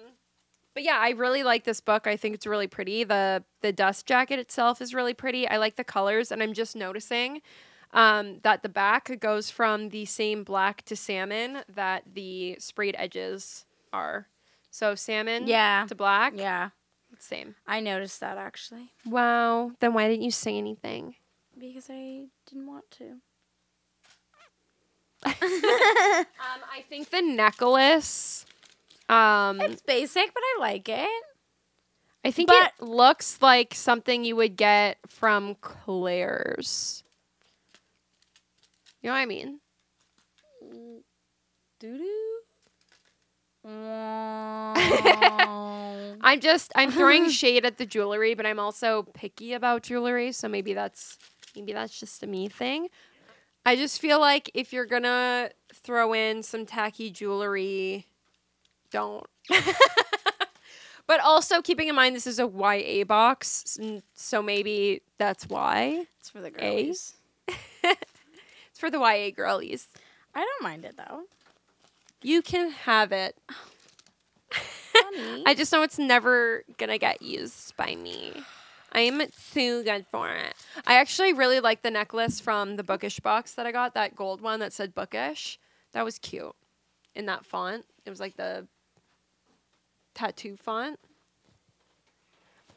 [SPEAKER 2] but yeah, I really like this book. I think it's really pretty. The the dust jacket itself is really pretty. I like the colors and I'm just noticing um, that the back goes from the same black to salmon that the sprayed edges are. So salmon
[SPEAKER 1] Yeah.
[SPEAKER 2] to black,
[SPEAKER 1] Yeah.
[SPEAKER 2] same.
[SPEAKER 1] I noticed that actually.
[SPEAKER 2] Wow. Then why didn't you say anything?
[SPEAKER 1] Because I didn't want to.
[SPEAKER 2] Um, I think the necklace. Um,
[SPEAKER 1] It's basic, but I like it.
[SPEAKER 2] I I think
[SPEAKER 1] But-
[SPEAKER 2] it looks like something you would get from Claire's. You know what I mean? Doo doo.
[SPEAKER 1] Wow.
[SPEAKER 2] I'm just I'm throwing shade at the jewelry, but I'm also picky about jewelry, so maybe that's maybe that's just a me thing. I just feel like if you're gonna throw in some tacky jewelry, don't. but also keeping in mind this is a YA box, s- so maybe that's why.
[SPEAKER 1] it's for the girls.
[SPEAKER 2] It's for the YA girlies.
[SPEAKER 1] I don't mind it though.
[SPEAKER 2] You can have it.
[SPEAKER 1] Funny.
[SPEAKER 2] I just know it's never gonna get used by me. I am too good for it. I actually really like the necklace from the bookish box that I got, that gold one that said bookish. That was cute in that font. It was like the tattoo font.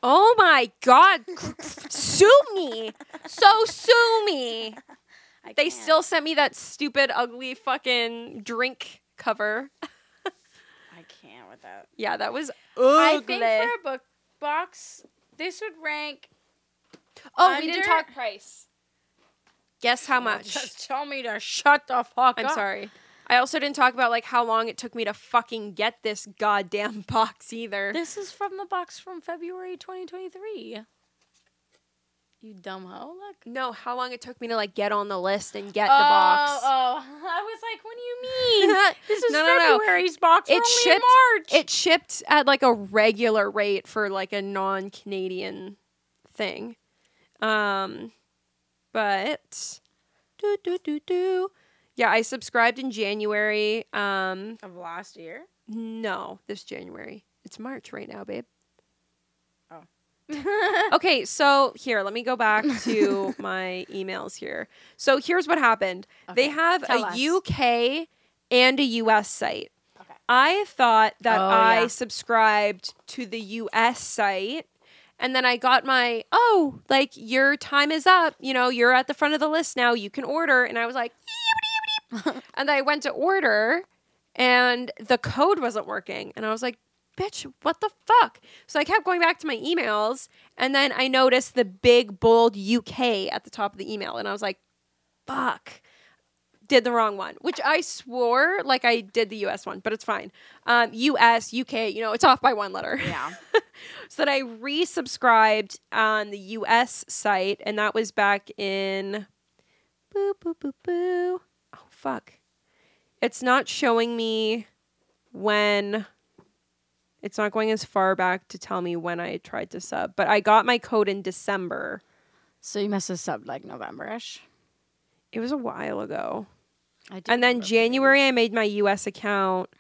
[SPEAKER 2] Oh my god. sue me. So sue me.
[SPEAKER 1] I
[SPEAKER 2] They
[SPEAKER 1] can't.
[SPEAKER 2] still sent me that stupid ugly fucking drink cover.
[SPEAKER 1] I can't with that.
[SPEAKER 2] Yeah, that was
[SPEAKER 1] I
[SPEAKER 2] ugly.
[SPEAKER 1] think for a book box, this would rank.
[SPEAKER 2] Oh, we didn't
[SPEAKER 1] Under-
[SPEAKER 2] talk price. Guess how much?
[SPEAKER 1] Just tell me to shut the fuck
[SPEAKER 2] I'm
[SPEAKER 1] up.
[SPEAKER 2] sorry. I also didn't talk about like how long it took me to fucking get this goddamn box either.
[SPEAKER 1] This is from the box from February 2023. You dumb hoe. Look.
[SPEAKER 2] No, how long it took me to like get on the list and get
[SPEAKER 1] oh,
[SPEAKER 2] the box.
[SPEAKER 1] Oh, I was like, what do you mean? This is
[SPEAKER 2] No, no, no.
[SPEAKER 1] February's box. We're
[SPEAKER 2] It
[SPEAKER 1] only
[SPEAKER 2] shipped-
[SPEAKER 1] in March.
[SPEAKER 2] It shipped at like a regular rate for like a non-Canadian thing. Um but do do do do. Yeah, I subscribed in January. Um
[SPEAKER 1] of last year.
[SPEAKER 2] no, this January. It's March right now, babe.
[SPEAKER 1] okay.
[SPEAKER 2] okay, so here, let me go back to my emails here. So here's what happened. They have
[SPEAKER 1] tell
[SPEAKER 2] a
[SPEAKER 1] us.
[SPEAKER 2] UK and a US site.
[SPEAKER 1] Okay.
[SPEAKER 2] I thought that
[SPEAKER 1] Oh,
[SPEAKER 2] I
[SPEAKER 1] yeah.
[SPEAKER 2] subscribed to the US site and then I got my, oh, like your time is up. You know, you're at the front of the list now. You can order. And I was like, and I went to order and the code wasn't working. And I was like, bitch, what the fuck? So I kept going back to my emails and then I noticed the big bold UK at the top of the email. And I was like, fuck. Did the wrong one, which I swore like I did the US one, but it's fine. Um, US, UK, you know, it's off by one letter.
[SPEAKER 1] Yeah.
[SPEAKER 2] So then I resubscribed on the US site, and that was back in. Boo, boo, boo, boo. Oh, fuck. It's not showing me when. It's not going as far back to tell me when I tried to sub, but I got my code in December.
[SPEAKER 1] So you must have subbed like Novemberish.
[SPEAKER 2] It was a while ago.
[SPEAKER 1] I do
[SPEAKER 2] and then
[SPEAKER 1] remember being-
[SPEAKER 2] January, I made my US account.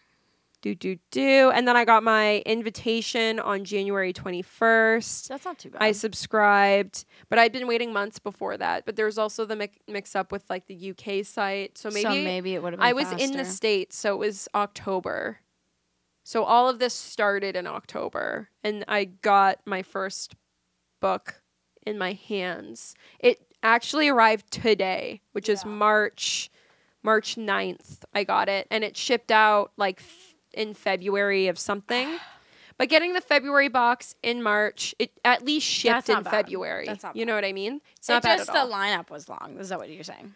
[SPEAKER 2] Do, do, do. And then I got my invitation on January 21st.
[SPEAKER 1] That's not too bad.
[SPEAKER 2] I subscribed, but I'd been waiting months before that. But there's also the mic- mix up with like the UK site. So maybe,
[SPEAKER 1] so maybe it would have been
[SPEAKER 2] I was in the
[SPEAKER 1] faster.
[SPEAKER 2] States, so it was October. So all of this started in October, and I got my first book in my hands. It actually arrived today, which is
[SPEAKER 1] Yeah.
[SPEAKER 2] March March 9th. I got it, and it shipped out like f- in February of something. But getting the February box in March, it at least shipped
[SPEAKER 1] That's not
[SPEAKER 2] in
[SPEAKER 1] bad.
[SPEAKER 2] February.
[SPEAKER 1] That's not
[SPEAKER 2] you know what I mean? It's
[SPEAKER 1] It
[SPEAKER 2] not bad
[SPEAKER 1] just
[SPEAKER 2] at all.
[SPEAKER 1] the lineup was long. Is that what you're saying?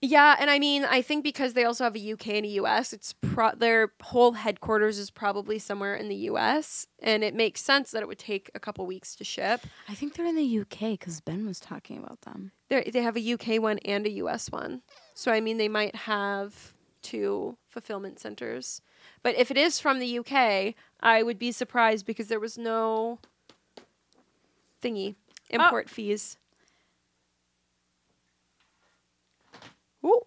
[SPEAKER 2] Yeah, and I mean, I think because they also have a UK and a US, it's pro- their whole headquarters is probably somewhere in the US, and it makes sense that it would take a couple weeks to ship.
[SPEAKER 1] I think they're in the UK because Ben was talking about them.
[SPEAKER 2] They they have a UK one and a US one, so I mean, they might have two fulfillment centers. But if it is from the UK, I would be surprised because there was no thingy import fees. Ooh.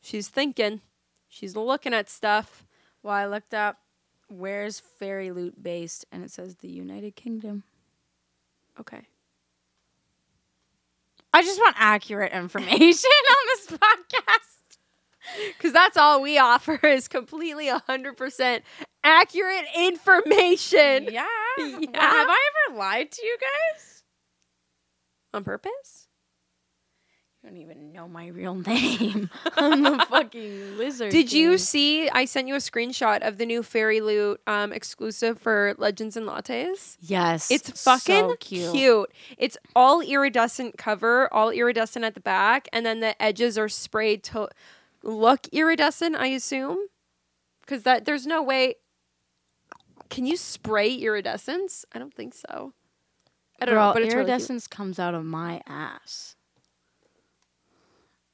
[SPEAKER 2] She's thinking. She's looking at stuff.
[SPEAKER 1] Well, I looked up where's Fairy Loot based, and it says the United Kingdom.
[SPEAKER 2] Okay.
[SPEAKER 1] I just want accurate information on this podcast.
[SPEAKER 2] Because that's all we offer is completely 100% accurate information.
[SPEAKER 1] Yeah.
[SPEAKER 2] Yeah.
[SPEAKER 1] Well, Have I ever lied to you guys?
[SPEAKER 2] On purpose?
[SPEAKER 1] I don't even know my real name. I'm a fucking lizard.
[SPEAKER 2] Did you
[SPEAKER 1] king.
[SPEAKER 2] see? I sent you a screenshot of the new Fairy Loot um, exclusive for Legends and Lattes.
[SPEAKER 1] Yes.
[SPEAKER 2] It's
[SPEAKER 1] so
[SPEAKER 2] fucking cute. It's all iridescent cover, all iridescent at the back, and then the edges are sprayed to look iridescent. I assume because that there's no way. Can you spray iridescence? I don't think so. I don't know,
[SPEAKER 1] Girl,
[SPEAKER 2] but it's iridescent.
[SPEAKER 1] iridescence comes out of my ass.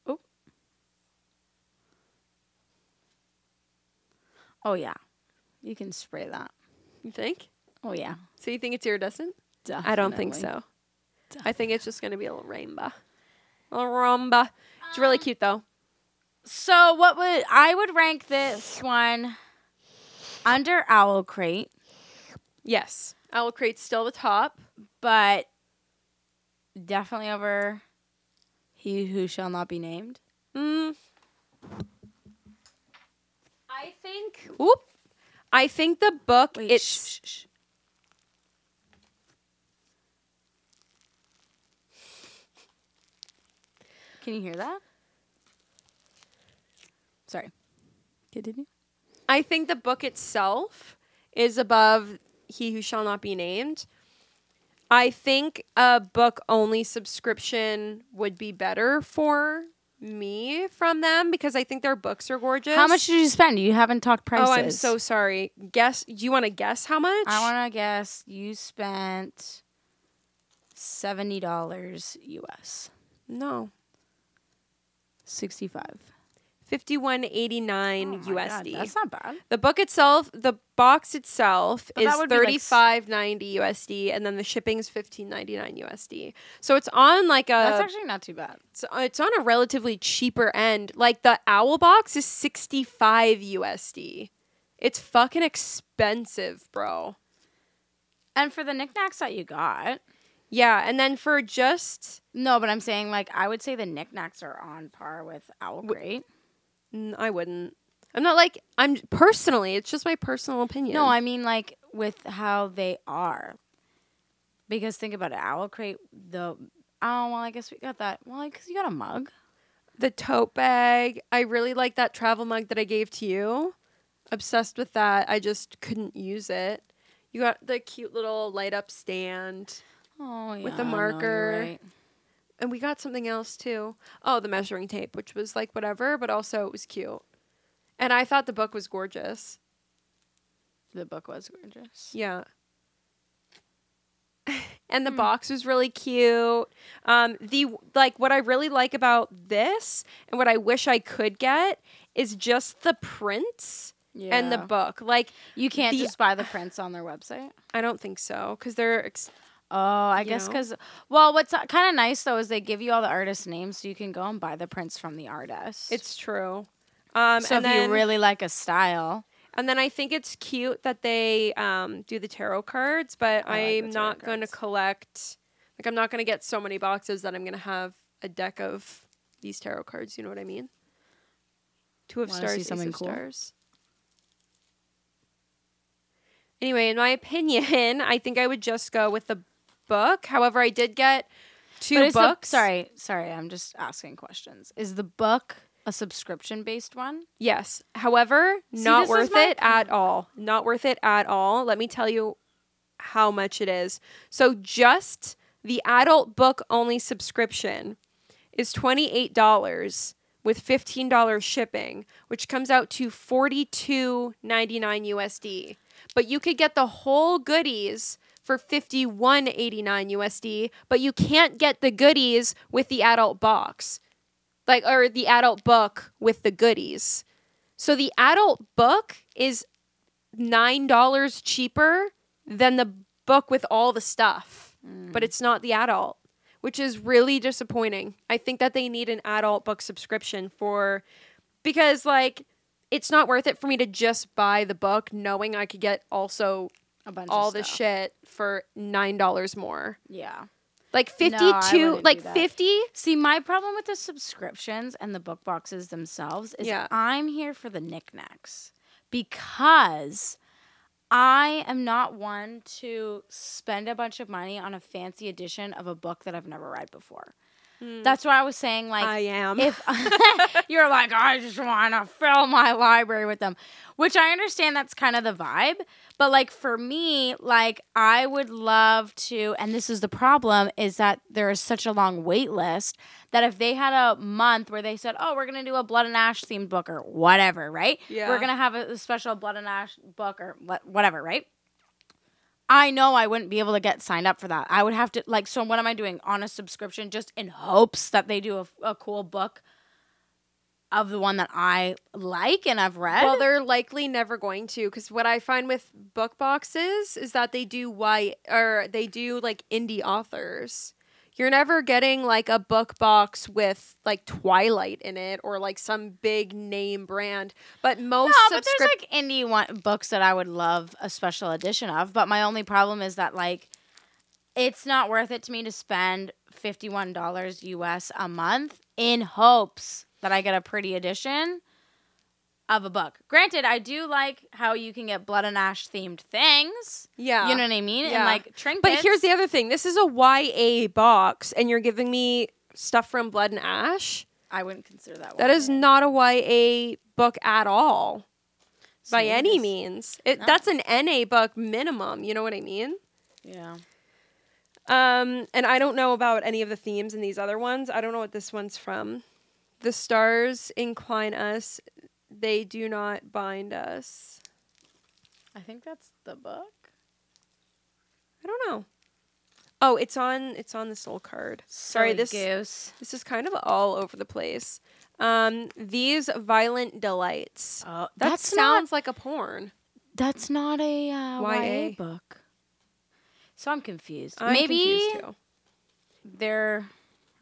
[SPEAKER 1] Oh. Oh yeah, you can spray that.
[SPEAKER 2] you think?
[SPEAKER 1] Oh yeah,
[SPEAKER 2] So you think it's iridescent?
[SPEAKER 1] definitely.
[SPEAKER 2] I don't think so. I think it's just gonna be a little rainbow, a little rumba. It's
[SPEAKER 1] Um,
[SPEAKER 2] really cute though.
[SPEAKER 1] So what would I would rank this one under Owl Crate,
[SPEAKER 2] Yes, Owl Crate's still the top.
[SPEAKER 1] but definitely over He Who Shall Not Be Named.
[SPEAKER 2] Mm. I think. Oop. I think the book.
[SPEAKER 1] Wait,
[SPEAKER 2] it's
[SPEAKER 1] shh, Can you hear that? Sorry. Continue.
[SPEAKER 2] I think the book itself is above He Who Shall Not Be Named. I think a book only subscription would be better for me from them because I think their books are gorgeous.
[SPEAKER 1] How much did you spend? You haven't talked prices.
[SPEAKER 2] Oh, I'm so sorry. Guess. Do you want to guess how much?
[SPEAKER 1] I want to guess you spent seventy dollars US,
[SPEAKER 2] no.
[SPEAKER 1] sixty five
[SPEAKER 2] Fifty-one eighty-nine USD.
[SPEAKER 1] Oh that's not bad.
[SPEAKER 2] the book itself, the box itself
[SPEAKER 1] But that
[SPEAKER 2] is
[SPEAKER 1] would be like s-
[SPEAKER 2] thirty-five ninety USD, and then the shipping is fifteen ninety-nine USD. So it's on like a.
[SPEAKER 1] that's actually not too bad.
[SPEAKER 2] it's, it's on a relatively cheaper end. Like the owl box is sixty-five USD. It's fucking expensive, bro.
[SPEAKER 1] And for the knickknacks that you got,
[SPEAKER 2] Yeah, and then for just
[SPEAKER 1] no, but I'm saying like I would say the knickknacks are on par with Owl
[SPEAKER 2] W-
[SPEAKER 1] Crate.
[SPEAKER 2] Mm, I wouldn't. I'm not like I'm personally. It's just my personal opinion.
[SPEAKER 1] No, I mean like with how they are. Because think about it, Owl Crate. The oh well, I guess we got that. Well, because you got a mug.
[SPEAKER 2] the tote bag. I really like that travel mug that I gave to you. Obsessed with that. I just couldn't use it. You got the cute little light up stand,
[SPEAKER 1] Oh yeah,
[SPEAKER 2] With a
[SPEAKER 1] no, you're
[SPEAKER 2] marker.
[SPEAKER 1] right.
[SPEAKER 2] and we got something else too. Oh, the measuring tape, which was like whatever, but also it was cute. And I thought the book was gorgeous.
[SPEAKER 1] The book was gorgeous.
[SPEAKER 2] Yeah. and the box was really cute. Um, the like what I really like about this and what I wish I could get is just the prints
[SPEAKER 1] Yeah.
[SPEAKER 2] and the book. Like
[SPEAKER 1] You can't
[SPEAKER 2] the-
[SPEAKER 1] just buy the prints on their website.
[SPEAKER 2] I don't think so because they're ex-
[SPEAKER 1] Oh, I
[SPEAKER 2] You
[SPEAKER 1] guess
[SPEAKER 2] know?
[SPEAKER 1] because well, what's kind of nice though is they give you all the artist names, so you can go and buy the prints from the artist.
[SPEAKER 2] it's true. Um,
[SPEAKER 1] so
[SPEAKER 2] and
[SPEAKER 1] if
[SPEAKER 2] then,
[SPEAKER 1] you really like a style,
[SPEAKER 2] and then I think it's cute that they um, do the tarot cards, but
[SPEAKER 1] I like the
[SPEAKER 2] I'm
[SPEAKER 1] tarot
[SPEAKER 2] not going to
[SPEAKER 1] cards.
[SPEAKER 2] collect. Like I'm not going to get so many boxes that I'm going to have a deck of these tarot cards. You know what I mean? Two of
[SPEAKER 1] Wanna see
[SPEAKER 2] stars, ace
[SPEAKER 1] something
[SPEAKER 2] of
[SPEAKER 1] cool?
[SPEAKER 2] stars. Anyway, in my opinion, I think I would just go with the book. However, I did get two
[SPEAKER 1] But is the-
[SPEAKER 2] books.
[SPEAKER 1] sorry, sorry, I'm just asking questions. Is the book a subscription based one?
[SPEAKER 2] Yes. However,
[SPEAKER 1] See, this
[SPEAKER 2] not
[SPEAKER 1] is
[SPEAKER 2] worth
[SPEAKER 1] my
[SPEAKER 2] it at all. Not worth it at all. Let me tell you how much it is. So just the adult book only subscription is $28 with $15 shipping, which comes out to $42.99 USD. But you could get the whole goodies for $51.89 USD, but you can't get the goodies with the adult box. Like or the adult book with the goodies. So the adult book is $9 cheaper than the book with all the stuff,
[SPEAKER 1] Mm.
[SPEAKER 2] but it's not the adult, which is really disappointing. I think that they need an adult book subscription for because like it's not worth it for me to just buy the book knowing I could get also
[SPEAKER 1] A bunch
[SPEAKER 2] all
[SPEAKER 1] of
[SPEAKER 2] the
[SPEAKER 1] stuff.
[SPEAKER 2] shit for $9 more.
[SPEAKER 1] Yeah.
[SPEAKER 2] Like
[SPEAKER 1] No,
[SPEAKER 2] 52
[SPEAKER 1] I wouldn't do
[SPEAKER 2] like
[SPEAKER 1] that.
[SPEAKER 2] 50
[SPEAKER 1] See, my problem with the subscriptions and the book boxes themselves is
[SPEAKER 2] Yeah.
[SPEAKER 1] I'm here for the knickknacks because I am not one to spend a bunch of money on a fancy edition of a book that I've never read before. That's what I was saying. Like,
[SPEAKER 2] Hmm. I am.
[SPEAKER 1] if you're like, I just want to fill my library with them, which I understand that's kind of the vibe. But like for me, like I would love to, and this is the problem is that there is such a long wait list that if they had a month where they said, oh, we're gonna do a Blood and Ash themed book or whatever, right?
[SPEAKER 2] Yeah.
[SPEAKER 1] We're gonna have a, a special Blood and Ash book or what, whatever, right? I know I wouldn't be able to get signed up for that. I would have to like. So what am I doing on a subscription just in hopes that they do a, a cool book of the one that I like and I've read?
[SPEAKER 2] Well, they're likely never going to because what I find with book boxes is that they do why or they do like indie authors. You're never getting like a book box with like Twilight in it or like some big name brand. But most
[SPEAKER 1] no, but
[SPEAKER 2] subscriptions.
[SPEAKER 1] there's like indie one, books that I would love a special edition of. But my only problem is that like, it's not worth it to me to spend fifty one dollars US a month in hopes that I get a pretty edition of a book. Granted, I do like how you can get blood and ash themed things.
[SPEAKER 2] yeah.
[SPEAKER 1] You know what I mean?
[SPEAKER 2] Yeah.
[SPEAKER 1] And like trinkets.
[SPEAKER 2] But here's the other thing. This is a YA box, and you're giving me stuff from Blood and Ash.
[SPEAKER 1] I wouldn't consider that.
[SPEAKER 2] That
[SPEAKER 1] one.
[SPEAKER 2] is not a YA book at all by
[SPEAKER 1] See,
[SPEAKER 2] any
[SPEAKER 1] this-
[SPEAKER 2] means. It,
[SPEAKER 1] No.
[SPEAKER 2] That's an NA book minimum. You know what I mean?
[SPEAKER 1] Yeah.
[SPEAKER 2] Um, and I don't know about any of the themes in these other ones. I don't know what this one's from. The stars incline us, they do not bind us.
[SPEAKER 1] I think that's the book.
[SPEAKER 2] I don't know. Oh, it's on it's on this little card. Sorry,
[SPEAKER 1] Silly
[SPEAKER 2] this
[SPEAKER 1] goose.
[SPEAKER 2] this is kind of all over the place. Um, these violent delights.
[SPEAKER 1] Oh,
[SPEAKER 2] That
[SPEAKER 1] that's not
[SPEAKER 2] sounds like a porn.
[SPEAKER 1] That's not a uh,
[SPEAKER 2] YA.
[SPEAKER 1] YA. book. So I'm confused.
[SPEAKER 2] I'm
[SPEAKER 1] maybe
[SPEAKER 2] confused too.
[SPEAKER 1] they're,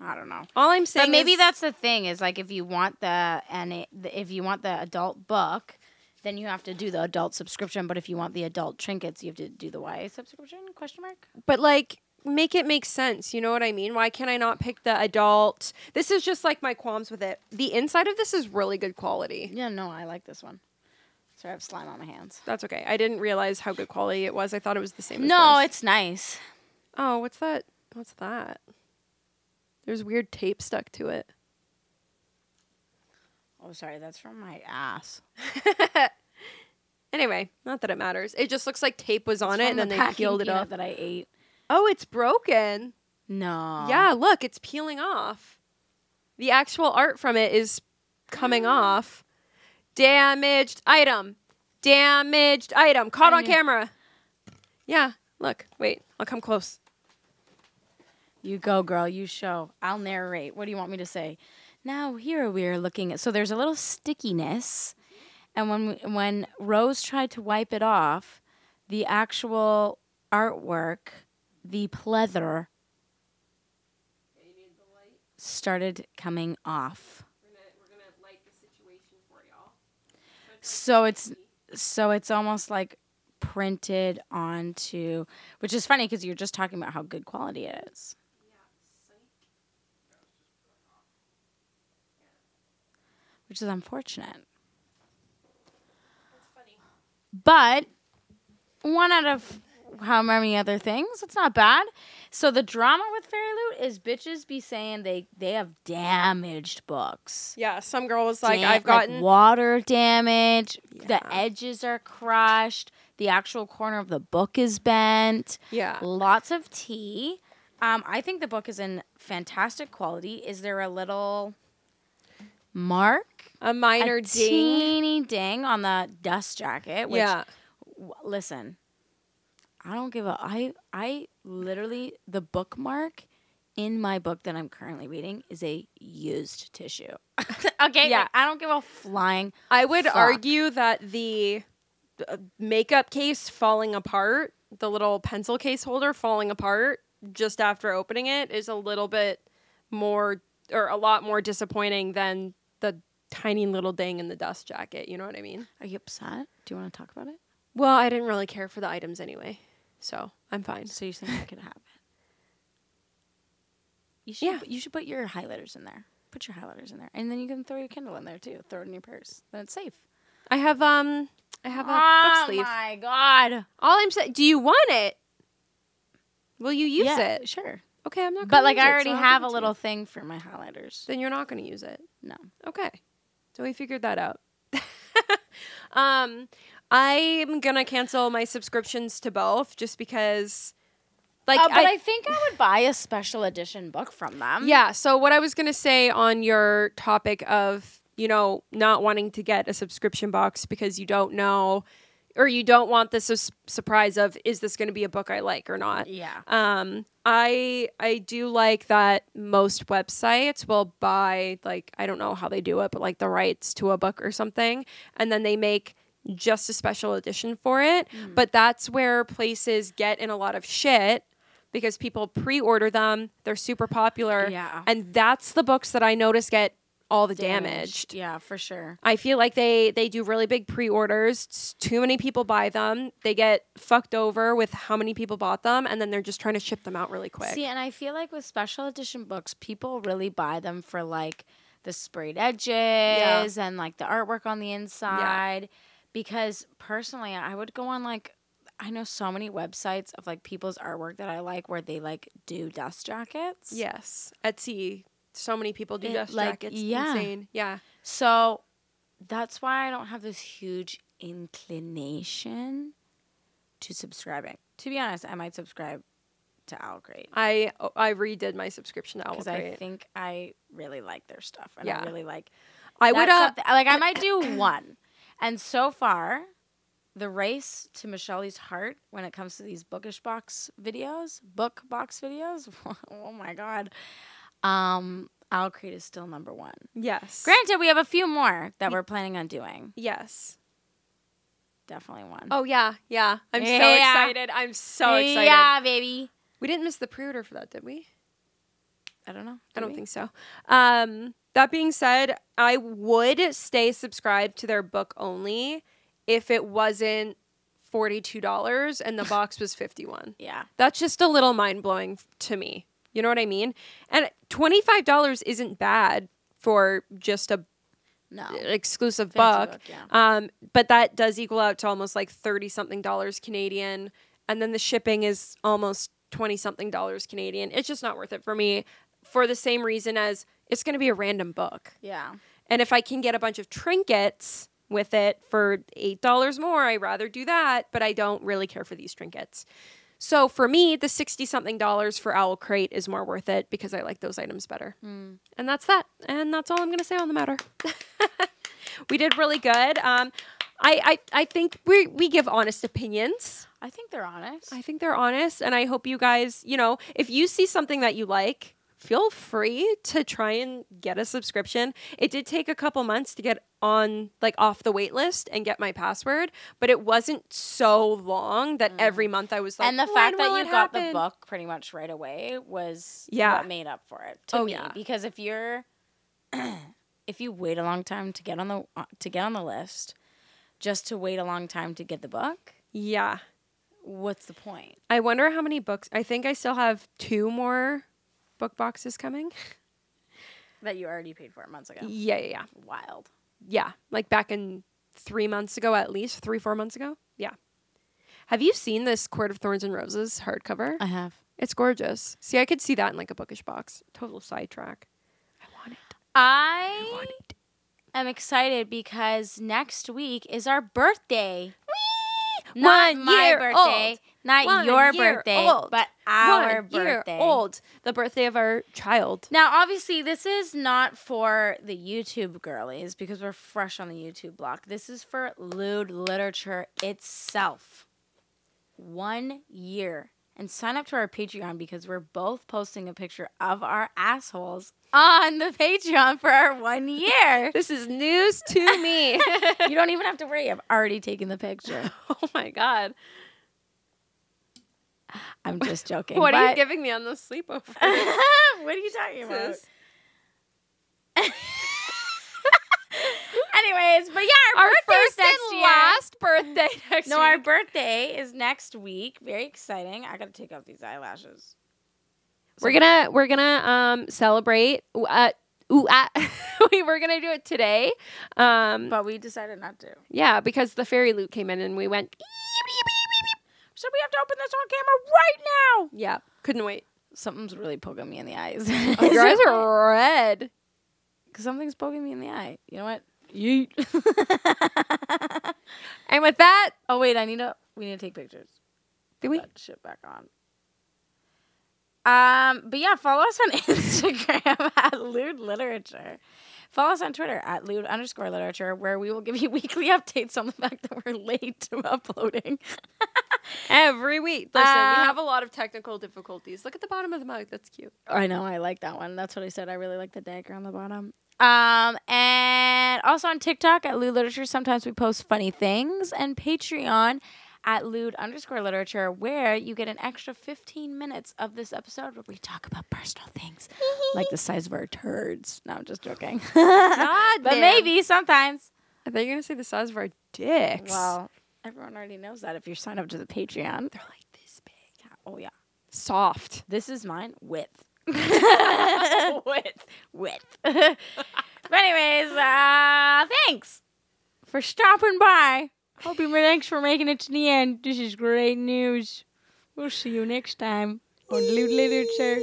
[SPEAKER 1] I don't know.
[SPEAKER 2] All I'm saying
[SPEAKER 1] But maybe
[SPEAKER 2] is-
[SPEAKER 1] that's the thing is like if you want the and it, the, if you want the adult book, then you have to do the adult subscription. But if you want the adult trinkets, you have to do the YA subscription? Question mark.
[SPEAKER 2] but like make it make sense you know what i mean why can i not pick the adult this is just like my qualms with it the inside of this is really good quality
[SPEAKER 1] Yeah, no, I like this one. Sorry, I have slime on my hands.
[SPEAKER 2] that's okay i didn't realize how good quality it was i thought it was the same as
[SPEAKER 1] No,
[SPEAKER 2] this.
[SPEAKER 1] it's nice.
[SPEAKER 2] oh what's that what's that there's weird tape stuck to it
[SPEAKER 1] Oh, sorry, that's from my ass.
[SPEAKER 2] anyway not that it matters it just looks like tape was on
[SPEAKER 1] It's from
[SPEAKER 2] it and then
[SPEAKER 1] the
[SPEAKER 2] they
[SPEAKER 1] packing
[SPEAKER 2] peeled it
[SPEAKER 1] peanut
[SPEAKER 2] off
[SPEAKER 1] that I ate.
[SPEAKER 2] oh it's broken
[SPEAKER 1] No.
[SPEAKER 2] yeah look it's peeling off the actual art from it is coming off damaged item damaged item caught
[SPEAKER 1] I
[SPEAKER 2] on
[SPEAKER 1] knew-
[SPEAKER 2] camera yeah look wait i'll come close
[SPEAKER 1] You go, girl. You show. I'll narrate. What do you want me to say? Now here we are looking at. So there's a little stickiness, and when we, when Rose tried to wipe it off, the actual artwork, the pleather, started coming off. So it's so it's almost like printed onto, which is funny because you're just talking about how good quality it is. Which is unfortunate. But one out of however many other things, it's not bad. So the drama with Fairy Loot is bitches be saying they they have damaged books
[SPEAKER 2] yeah some girl was like
[SPEAKER 1] dam-
[SPEAKER 2] i've gotten
[SPEAKER 1] water damage.
[SPEAKER 2] Yeah.
[SPEAKER 1] The edges are crushed. The actual corner of the book is bent.
[SPEAKER 2] yeah
[SPEAKER 1] Lots of tea. Um, I think the book is in fantastic quality. Is there a little mark?
[SPEAKER 2] a minor
[SPEAKER 1] a
[SPEAKER 2] ding
[SPEAKER 1] teeny ding on the dust jacket. Which,
[SPEAKER 2] yeah
[SPEAKER 1] w- listen, I don't give a. I I literally the bookmark in my book that I'm currently reading is a used tissue. okay,
[SPEAKER 2] Yeah.
[SPEAKER 1] yeah, I don't give a flying.
[SPEAKER 2] i would
[SPEAKER 1] fuck.
[SPEAKER 2] argue that the uh, makeup case falling apart the little pencil case holder falling apart just after opening it is a little bit more or a lot more disappointing than the tiny little ding in the dust jacket you know what i mean
[SPEAKER 1] Are you upset? Do you want to talk about it?
[SPEAKER 2] Well, I didn't really care for the items anyway, so I'm fine.
[SPEAKER 1] So you think that could happen? You should.
[SPEAKER 2] Yeah.
[SPEAKER 1] You should put your highlighters in there. Put your highlighters in there, and then you can throw your Kindle in there too. Throw it in your purse. Then it's safe.
[SPEAKER 2] I have um, I have a book sleeve.
[SPEAKER 1] Oh my god!
[SPEAKER 2] All I'm saying, do you want it? Will you use
[SPEAKER 1] yeah,
[SPEAKER 2] it?
[SPEAKER 1] Sure.
[SPEAKER 2] Okay, I'm not.
[SPEAKER 1] But
[SPEAKER 2] gonna
[SPEAKER 1] like,
[SPEAKER 2] use
[SPEAKER 1] I
[SPEAKER 2] it, so
[SPEAKER 1] already
[SPEAKER 2] I'll give
[SPEAKER 1] have
[SPEAKER 2] it
[SPEAKER 1] a
[SPEAKER 2] to
[SPEAKER 1] little
[SPEAKER 2] you.
[SPEAKER 1] thing for my highlighters.
[SPEAKER 2] Then you're not going to use it.
[SPEAKER 1] No.
[SPEAKER 2] Okay. So we figured that out. um, I'm gonna cancel my subscriptions to both just because, like,
[SPEAKER 1] Uh, but
[SPEAKER 2] I-
[SPEAKER 1] I, think I would buy a special edition book from them.
[SPEAKER 2] yeah. So what I was gonna say on your topic of you know not wanting to get a subscription box because you don't know, or you don't want the sus surprise of is this gonna be a book I like or not.
[SPEAKER 1] Yeah.
[SPEAKER 2] Um, I I do like that most websites will buy like I don't know how they do it, but like the rights to a book or something, and then they make just a special edition for it. But that's where places get in a lot of shit because people pre-order them. They're super popular,
[SPEAKER 1] Yeah.
[SPEAKER 2] and that's the books that I notice get all the damaged.
[SPEAKER 1] Yeah, for sure.
[SPEAKER 2] I feel like they they do really big pre-orders. S- Too many people buy them. They get fucked over with how many people bought them, and then they're just trying to ship them out really quick.
[SPEAKER 1] See, and I feel like with special edition books, people really buy them for like the sprayed edges and like the artwork on the inside. Because personally, I would go on like I know so many websites of like people's artwork that I like where they like do dust jackets.
[SPEAKER 2] yes, Etsy. So many people do
[SPEAKER 1] It-
[SPEAKER 2] dust
[SPEAKER 1] like,
[SPEAKER 2] jackets.
[SPEAKER 1] yeah.
[SPEAKER 2] Insane. Yeah.
[SPEAKER 1] So that's why I don't have this huge inclination to subscribing. To be honest, I might subscribe to Owlgrade
[SPEAKER 2] I I redid my subscription to Owl
[SPEAKER 1] because I think I really like their stuff and
[SPEAKER 2] Yeah.
[SPEAKER 1] I really like
[SPEAKER 2] I would
[SPEAKER 1] That's
[SPEAKER 2] uh,
[SPEAKER 1] something- like I might do one. And so far, the race to Michelle's heart when it comes to these bookish box videos, book box videos. oh my god. Um Owl Creed is still number one.
[SPEAKER 2] yes.
[SPEAKER 1] Granted, we have a few more that we're planning on doing.
[SPEAKER 2] Yes.
[SPEAKER 1] Definitely one.
[SPEAKER 2] Oh yeah, yeah. I'm so
[SPEAKER 1] Yeah.
[SPEAKER 2] excited. I'm so excited.
[SPEAKER 1] Yeah, baby.
[SPEAKER 2] We didn't miss the pre-order for that, did we?
[SPEAKER 1] I don't know.
[SPEAKER 2] I don't think so. Um, that being said, I would stay subscribed to their book only if it wasn't forty-two dollars and the box was fifty-one.
[SPEAKER 1] Yeah.
[SPEAKER 2] That's just a little mind blowing to me. You know what I mean? And twenty-five dollars isn't bad for just a
[SPEAKER 1] No.
[SPEAKER 2] exclusive
[SPEAKER 1] Fancy
[SPEAKER 2] book.
[SPEAKER 1] book, yeah.
[SPEAKER 2] Um, but that does equal out to almost like thirty something dollars Canadian, and then the shipping is almost twenty something dollars Canadian. It's just not worth it for me, for the same reason as it's going to be a random book,
[SPEAKER 1] Yeah.
[SPEAKER 2] and if I can get a bunch of trinkets with it for eight dollars more, I rather do that. But I don't really care for these trinkets. So for me, the sixty something dollars for Owl Crate is more worth it because I like those items better. And that's that. And that's all I'm going to say on the matter. we did really good. Um, I, I, I think we, we give honest opinions.
[SPEAKER 1] I think they're honest.
[SPEAKER 2] I think they're honest. And I hope you guys, you know, if you see something that you like, feel free to try and get a subscription. It did take a couple months to get on, like, off the wait list and get my password, but it wasn't so long that every month I was like,
[SPEAKER 1] Mm. and the
[SPEAKER 2] "When
[SPEAKER 1] fact that
[SPEAKER 2] will
[SPEAKER 1] you
[SPEAKER 2] it
[SPEAKER 1] got the
[SPEAKER 2] happen?"
[SPEAKER 1] book pretty much right away was
[SPEAKER 2] Yeah.
[SPEAKER 1] what made up for it to
[SPEAKER 2] Oh,
[SPEAKER 1] me
[SPEAKER 2] yeah.
[SPEAKER 1] because if you're if you wait a long time to get on the uh, to get on the list just to wait a long time to get the book
[SPEAKER 2] Yeah.
[SPEAKER 1] what's the point
[SPEAKER 2] I wonder how many books. I think I still have two more book boxes coming.
[SPEAKER 1] that you already paid for it months ago
[SPEAKER 2] Yeah, yeah, yeah.
[SPEAKER 1] wild
[SPEAKER 2] Yeah. Like back in three months ago, at least three, four months ago. Yeah. Have you seen this Court of Thorns and Roses hardcover?
[SPEAKER 1] i have
[SPEAKER 2] It's gorgeous. See, I could see that in like a bookish box. Total sidetrack. I want it.
[SPEAKER 1] i am excited because next week is our birthday not
[SPEAKER 2] One
[SPEAKER 1] my
[SPEAKER 2] year
[SPEAKER 1] birthday
[SPEAKER 2] old.
[SPEAKER 1] not
[SPEAKER 2] One
[SPEAKER 1] your
[SPEAKER 2] year
[SPEAKER 1] birthday
[SPEAKER 2] old.
[SPEAKER 1] but our
[SPEAKER 2] One year
[SPEAKER 1] birthday
[SPEAKER 2] old. The birthday of our child.
[SPEAKER 1] Now, obviously, this is not for the YouTube girlies because we're fresh on the YouTube block. This is for lewd literature itself. One year. And sign up to our Patreon because we're both posting a picture of our assholes on the Patreon for our one year.
[SPEAKER 2] This is news to me.
[SPEAKER 1] you don't even have to worry. I've already taken the picture.
[SPEAKER 2] oh my God.
[SPEAKER 1] I'm just joking.
[SPEAKER 2] What are you
[SPEAKER 1] but-
[SPEAKER 2] giving me on the sleepover?
[SPEAKER 1] what are you talking about?
[SPEAKER 2] Sis?
[SPEAKER 1] Anyways, but yeah, our,
[SPEAKER 2] our
[SPEAKER 1] birthday's
[SPEAKER 2] first
[SPEAKER 1] next
[SPEAKER 2] and
[SPEAKER 1] year.
[SPEAKER 2] last birthday next
[SPEAKER 1] no,
[SPEAKER 2] year.
[SPEAKER 1] our birthday is next week. Very exciting. I gotta take off these eyelashes.
[SPEAKER 2] we're gonna we're gonna um celebrate. Uh, ooh, ah. we were gonna do it today. Um,
[SPEAKER 1] But we decided not to.
[SPEAKER 2] yeah, because the fairy loot came in and we went.
[SPEAKER 1] So we have to open this on camera right now.
[SPEAKER 2] Yeah, couldn't wait.
[SPEAKER 1] something's really poking me in the eyes.
[SPEAKER 2] Oh, your eyes are red.
[SPEAKER 1] Cause something's poking me in the eye. You know what? Yeet.
[SPEAKER 2] And with that,
[SPEAKER 1] oh wait, I need to. We need to take pictures.
[SPEAKER 2] do we?
[SPEAKER 1] Put that shit back on. Um, but yeah, follow us on Instagram at lewd literature. Follow us on Twitter at lewd underscore literature, where we will give you weekly updates on the fact that we're late to uploading.
[SPEAKER 2] Every week. Listen, we
[SPEAKER 1] Uh,
[SPEAKER 2] have a lot of technical difficulties. Look at the bottom of the mug. That's cute.
[SPEAKER 1] I know, I like that one. That's what I said. I really like the dagger on the bottom. Um, and also on TikTok at Lewd Literature, sometimes we post funny things, and Patreon at lewd underscore literature, where you get an extra 15 minutes of this episode where we talk about personal things like the size of our turds. No, I'm just joking.
[SPEAKER 2] God
[SPEAKER 1] but
[SPEAKER 2] damn.
[SPEAKER 1] maybe sometimes.
[SPEAKER 2] I thought you were going to say the size of our dicks.
[SPEAKER 1] Well, everyone already knows that if you sign up to the Patreon.
[SPEAKER 2] They're like this big.
[SPEAKER 1] Oh, yeah.
[SPEAKER 2] Soft.
[SPEAKER 1] This is mine with. with. With. but anyways, uh, thanks for stopping by. Hope you thanks for making it to the end. This is great news. We'll see you next time on Loot Literature.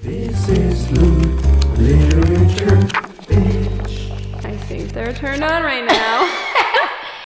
[SPEAKER 3] This is Loot Literature, bitch.
[SPEAKER 2] I think they're turned on right now.